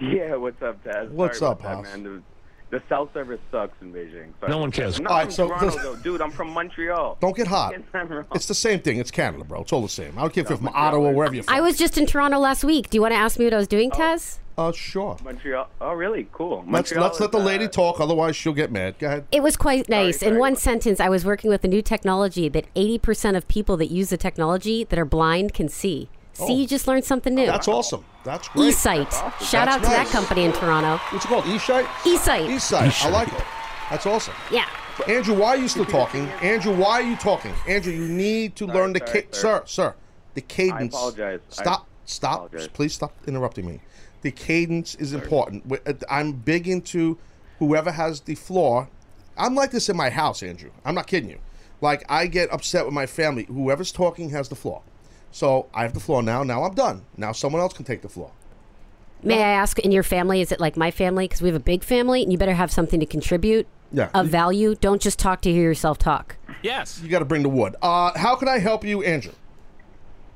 Yeah, what's up, Taz?
What's
Sorry
up,
about
Hoss?
that, man? The, the cell service sucks in Beijing. Sorry.
No one cares.
I'm not
All right,
from
so
Toronto,
this-
though, dude. I'm from Montreal.
Don't get hot.
Get them wrong.
It's the same thing. It's Canada, bro. It's all the same. I don't care if you're from Ottawa, wherever you're from.
I was just in Toronto last week. Do you want to ask me what I was doing, Taz?
Uh, sure.
Montreal. Oh, really? Cool.
Let's
Montreal
let's let the
is, uh,
lady talk, otherwise she'll get mad. Go ahead.
It was quite nice. in one sentence, I was working with a new technology that 80% of people that use the technology that are blind can see. See,
Oh.
you just learned something new.
That's awesome. That's great.
eSight. Shout
That's
out to that
nice.
company in Toronto.
What's it called? ESight?
eSight.
Eastside. I like it. That's awesome.
Yeah.
Andrew, why are you still talking? Andrew, why are you talking? Andrew, you need to learn the
sorry,
ca- sir, sir, the cadence.
apologize. I
Stop, stop, please stop interrupting me. The cadence is important. We- uh, I'm big into whoever has the floor. I'm like this in my house, Andrew. I'm not kidding you. Like I get upset with my family. Whoever's talking has the floor. So I have the floor now. Now I'm done. Now someone else can take the floor.
May I ask, in your family, is it like my family? Because we have a big family, and you better have something to contribute
Yeah.
of value. Don't just talk to hear yourself talk.
Yes. You got to bring the wood. Uh, how can I help you, Andrew?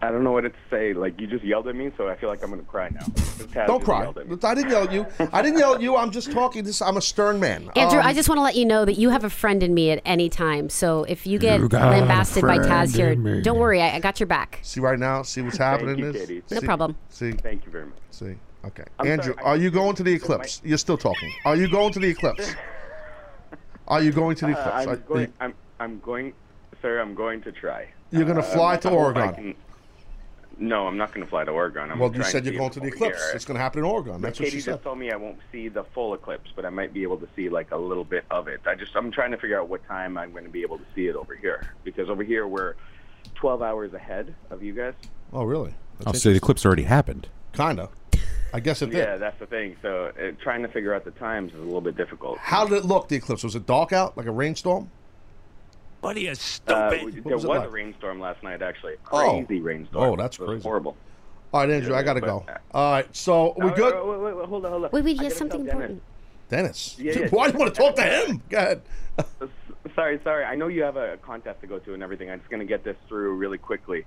I don't know what to say. Like you just yelled at me, so I feel like I'm gonna cry now. Taz
Don't
just
cry.
yelled at me.
I didn't yell at you. I didn't yell at you. I'm just talking. This. I'm a stern man.
Andrew,
Um,
I just want to let you know that you have a friend in me at any time. So if you get
You got a
lambasted by
friend
Taz here,
in me.
don't worry, I, I got your back.
See right now. See what's happening.
you,
is
Katie. No
see-
problem.
See.
Thank you very much.
See. Okay.
I'm
Andrew,
sorry, I
are you going to the eclipse? You're still talking. Are you going to the eclipse? Are you going to
Uh,
the eclipse?
I'm
Are-
going. I'm, I'm going, sir. I'm going to try.
You're gonna
Uh,
fly
I
to
hope I
Oregon.
can- no, I'm not going to fly to Oregon. I'm
well,
gonna
you
try
said
and
you're
see
going
it
to the
over
eclipse.
here.
It's going to happen in Oregon. That's what
Katie
she said.
just told me I won't see the full eclipse, but I might be able to see like a little bit of it. I just I'm trying to figure out what time I'm going to be able to see it over here because over here we're 12 hours ahead of you guys.
Oh, really?
Oh, so the eclipse already happened.
Kinda. I guess it did.
Yeah, that's the thing. So uh, trying to figure out the times is a little bit difficult.
How did it look? The eclipse was it dark out, like a rainstorm?
What are you stupid? Uh, there
was
was,
it like?
a rainstorm last night, actually.
Oh.
Crazy rainstorm.
Oh, that's
It was
crazy.
Horrible.
All right, Andrew, I gotta go. All right, so we
No,
good?
no, Uh, Wait, wait, wait, hold on, hold on.
Wait, wait, he
I
has
gotta tell
something
Dennis.
important.
Dennis,
Yeah,
Dude,
yeah.
why do you want to talk to him? Go ahead.
Sorry, sorry. I know you have a contest to go to and everything. I'm just going to get this through really quickly.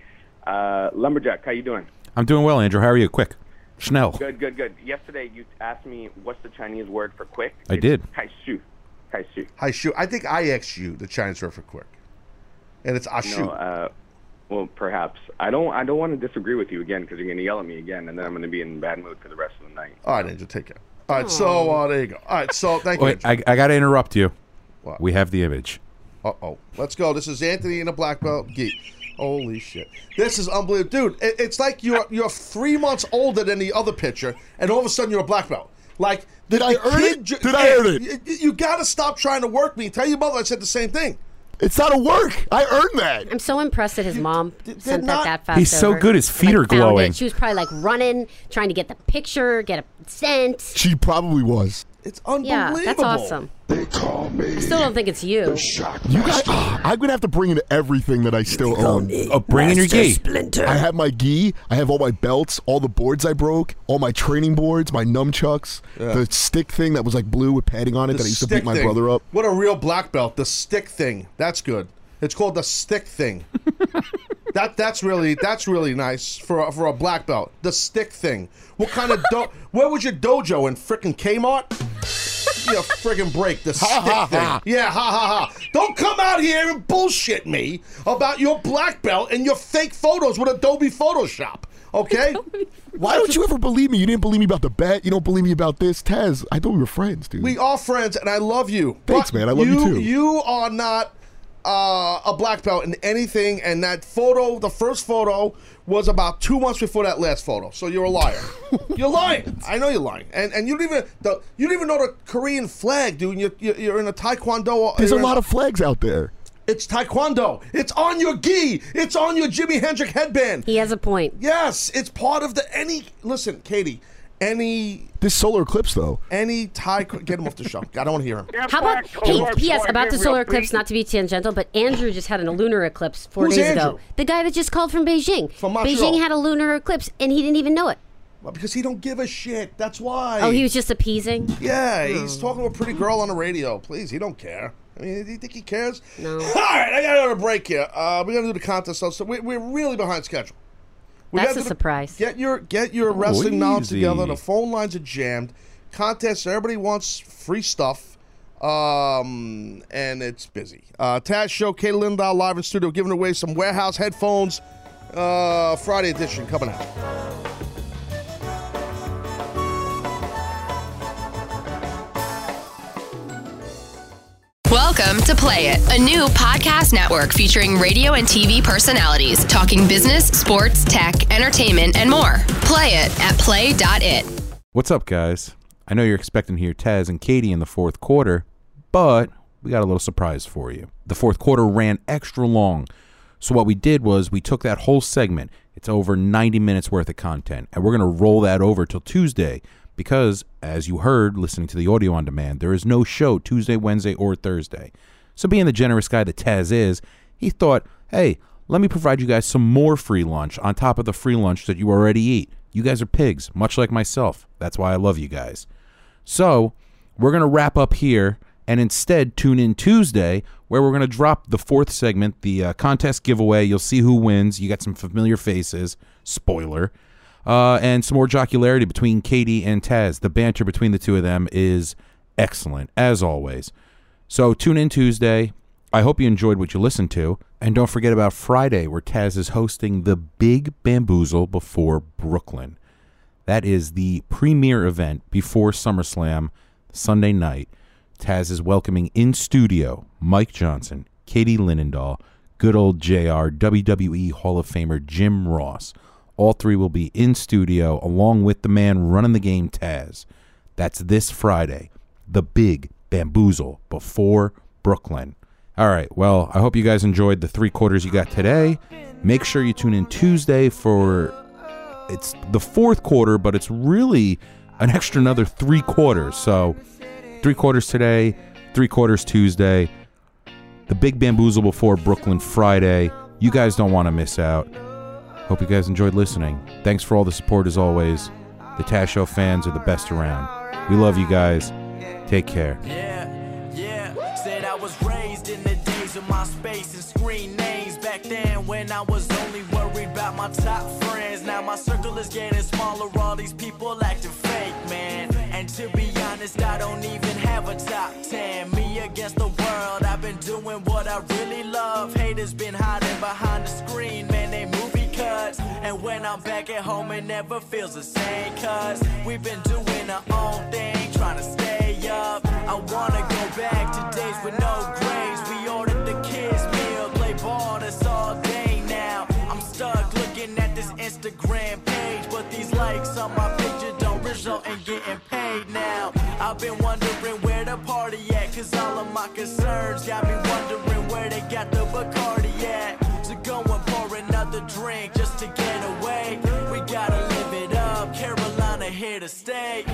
Uh, Lumberjack, how you doing?
I'm doing well, Andrew. How are you? Quick, Schnell.
Good, good, good. Yesterday you asked me what's the Chinese word for quick.
I did.
Kaishu. Kaishu.
Hi, shoot. I think I asked you the Chinese word for quick, and it's I shoot.
No, uh, well, perhaps. I don't. I don't want to disagree with you again because you're going to yell at me again, and then I'm going to be in bad mood for the rest of the night.
All right, Andrew, take care. All right, so
Oh.
uh, there you go. All right, so thank
Wait,
you.
I, I got to interrupt you.
What?
We have the image.
Uh oh, let's go. This is Anthony in a black belt geek. Holy shit, this is unbelievable, dude. It, it's like you're you're three months older than the other pitcher, and all of a sudden you're a black belt. Like the,
Did I
the
earn
kid
it?
ju-
Did I earn
Ed, You, you gotta stop trying to work me. Tell your mother I said the same thing.
It's not a work. I earned that.
I'm so impressed that his mom sent
not-
that that fast.
He's so
over.
good, his feet are
found it.
glowing.
She was probably like running, trying to get the picture, get a scent.
She probably was.
It's
Yeah, that's awesome. I still don't think it's you.
You guys, I'm gonna have to bring in everything that I still own.
Oh, bring in your Master gi.
Splinter.
I have my gi. I have all my belts, all the boards I broke, all my training boards, my nunchucks, the stick thing that was like blue with padding on it that I used to beat my
thing.
brother up.
What a real black belt. The stick thing. That's good. It's called the stick thing. that that's really that's really nice for a, for a black belt. The stick thing. What kind of do- Where was your dojo in frickin' Kmart? You frickin' break the stick
ha,
thing.
ha.
Yeah, ha ha ha. Don't come out here and bullshit me about your black belt and your fake photos with Adobe Photoshop. Okay?
Why don't you ever believe me? You didn't believe me about the bat. You don't believe me about this, Taz. I thought we were friends, dude.
We are friends, and I love you.
Thanks, man. I love you too.
You are not uh, a black belt in anything, and that photo, the first photo, was about two months before that last photo. So you're a liar. you're lying. I know you're lying, and and you don't even the, you don't even know the Korean flag, dude. You're, you're, you're in a taekwondo. uh,
There's a
you're in-
lot of flags out there.
It's taekwondo. It's on your gi. It's on your Jimi Hendrix headband.
He has a point.
Yes, it's part of the any. Listen, Katie. Any
This solar eclipse, though.
any taekwondo. Get him off the show. I don't want to hear him.
How about hey? P.S. About the solar eclipse, not to be tangential, but Andrew just had a lunar eclipse four
Who's
days ago.
Andrew?
The guy that just called from Beijing. From
Montreal.
Beijing had a lunar eclipse, and he didn't even know it.
Well, because he don't give a shit. That's why.
Oh, he was just appeasing.
Yeah, he's talking to a pretty girl on the radio. Please, he don't care. I mean, do you think he cares?
No.
All right, I got another break here. Uh, we got to do the contest. So we, we're really behind schedule. We
That's
gotta
a
do the-
surprise.
Get your get your wrestling knowledge
easy.
together. The phone lines are jammed. Contests. Everybody wants free stuff, um, and it's busy. Uh, Taz Show, Kay Lindahl live in studio, giving away some warehouse headphones. Uh, Friday edition coming out.
Welcome to Play It, a new podcast network featuring radio and TV personalities talking business, sports, tech, entertainment, and more. Play it at play.it.
What's up, guys? I know you're expecting to hear Taz and Katie in the fourth quarter, but we got a little surprise for you. The fourth quarter ran extra long. So, what we did was we took that whole segment, it's over 90 minutes worth of content, and we're going to roll that over till Tuesday because, as you heard listening to the audio on demand, there is no show Tuesday, Wednesday, or Thursday. So, being the generous guy that Taz is, he thought, hey, let me provide you guys some more free lunch on top of the free lunch that you already eat. You guys are pigs, much like myself. That's why I love you guys. So, we're going to wrap up here and instead tune in Tuesday where we're going to drop the fourth segment, the uh, contest giveaway. You'll see who wins. You got some familiar faces. Spoiler. Uh, and some more jocularity between Katie and Taz. The banter between the two of them is excellent, as always. So tune in Tuesday. I hope you enjoyed what you listened to. And don't forget about Friday, where Taz is hosting the Big Bamboozle before Brooklyn. That is the premier event before SummerSlam, Sunday night. Taz is welcoming in studio Mike Johnson, Katie Linendahl, good old JR, WWE E Hall of Famer Jim Ross. All three will be in studio along with the man running the game, Taz. That's this Friday, the big bamboozle before Brooklyn. All right, well, I hope you guys enjoyed the three quarters you got today. Make sure you tune in Tuesday for it's the fourth quarter, but it's really an extra another three quarters. So three quarters today, three quarters Tuesday, the big bamboozle before Brooklyn Friday. You guys don't want to miss out. Hope you guys enjoyed listening. Thanks for all the support as always. The Tash Show fans are the best around. We love you guys. Take care.
Yeah, said I was raised in the days of my space and screen names back then when I was only worried about my top friends. Now my circle is getting smaller, all these people acting fake, man. And to be honest, I don't even have a top 10. Me against the world, I've been doing what I really love. Haters been hiding behind the screen, man, they movie cuts. And when I'm back at home, it never feels the same, cuz we've been doing our own thing, trying to stay up. I wanna go back to days with no grades. We ordered the kids' meal, play ball, that's all day now. I'm stuck looking at this Instagram page, but these likes on my picture don't result in getting paid now. I've been wondering where the party at, cause all of my concerns got me wondering where they got the Bacardi at. To go and pour another drink just to get away. We gotta live it up, Carolina here to stay.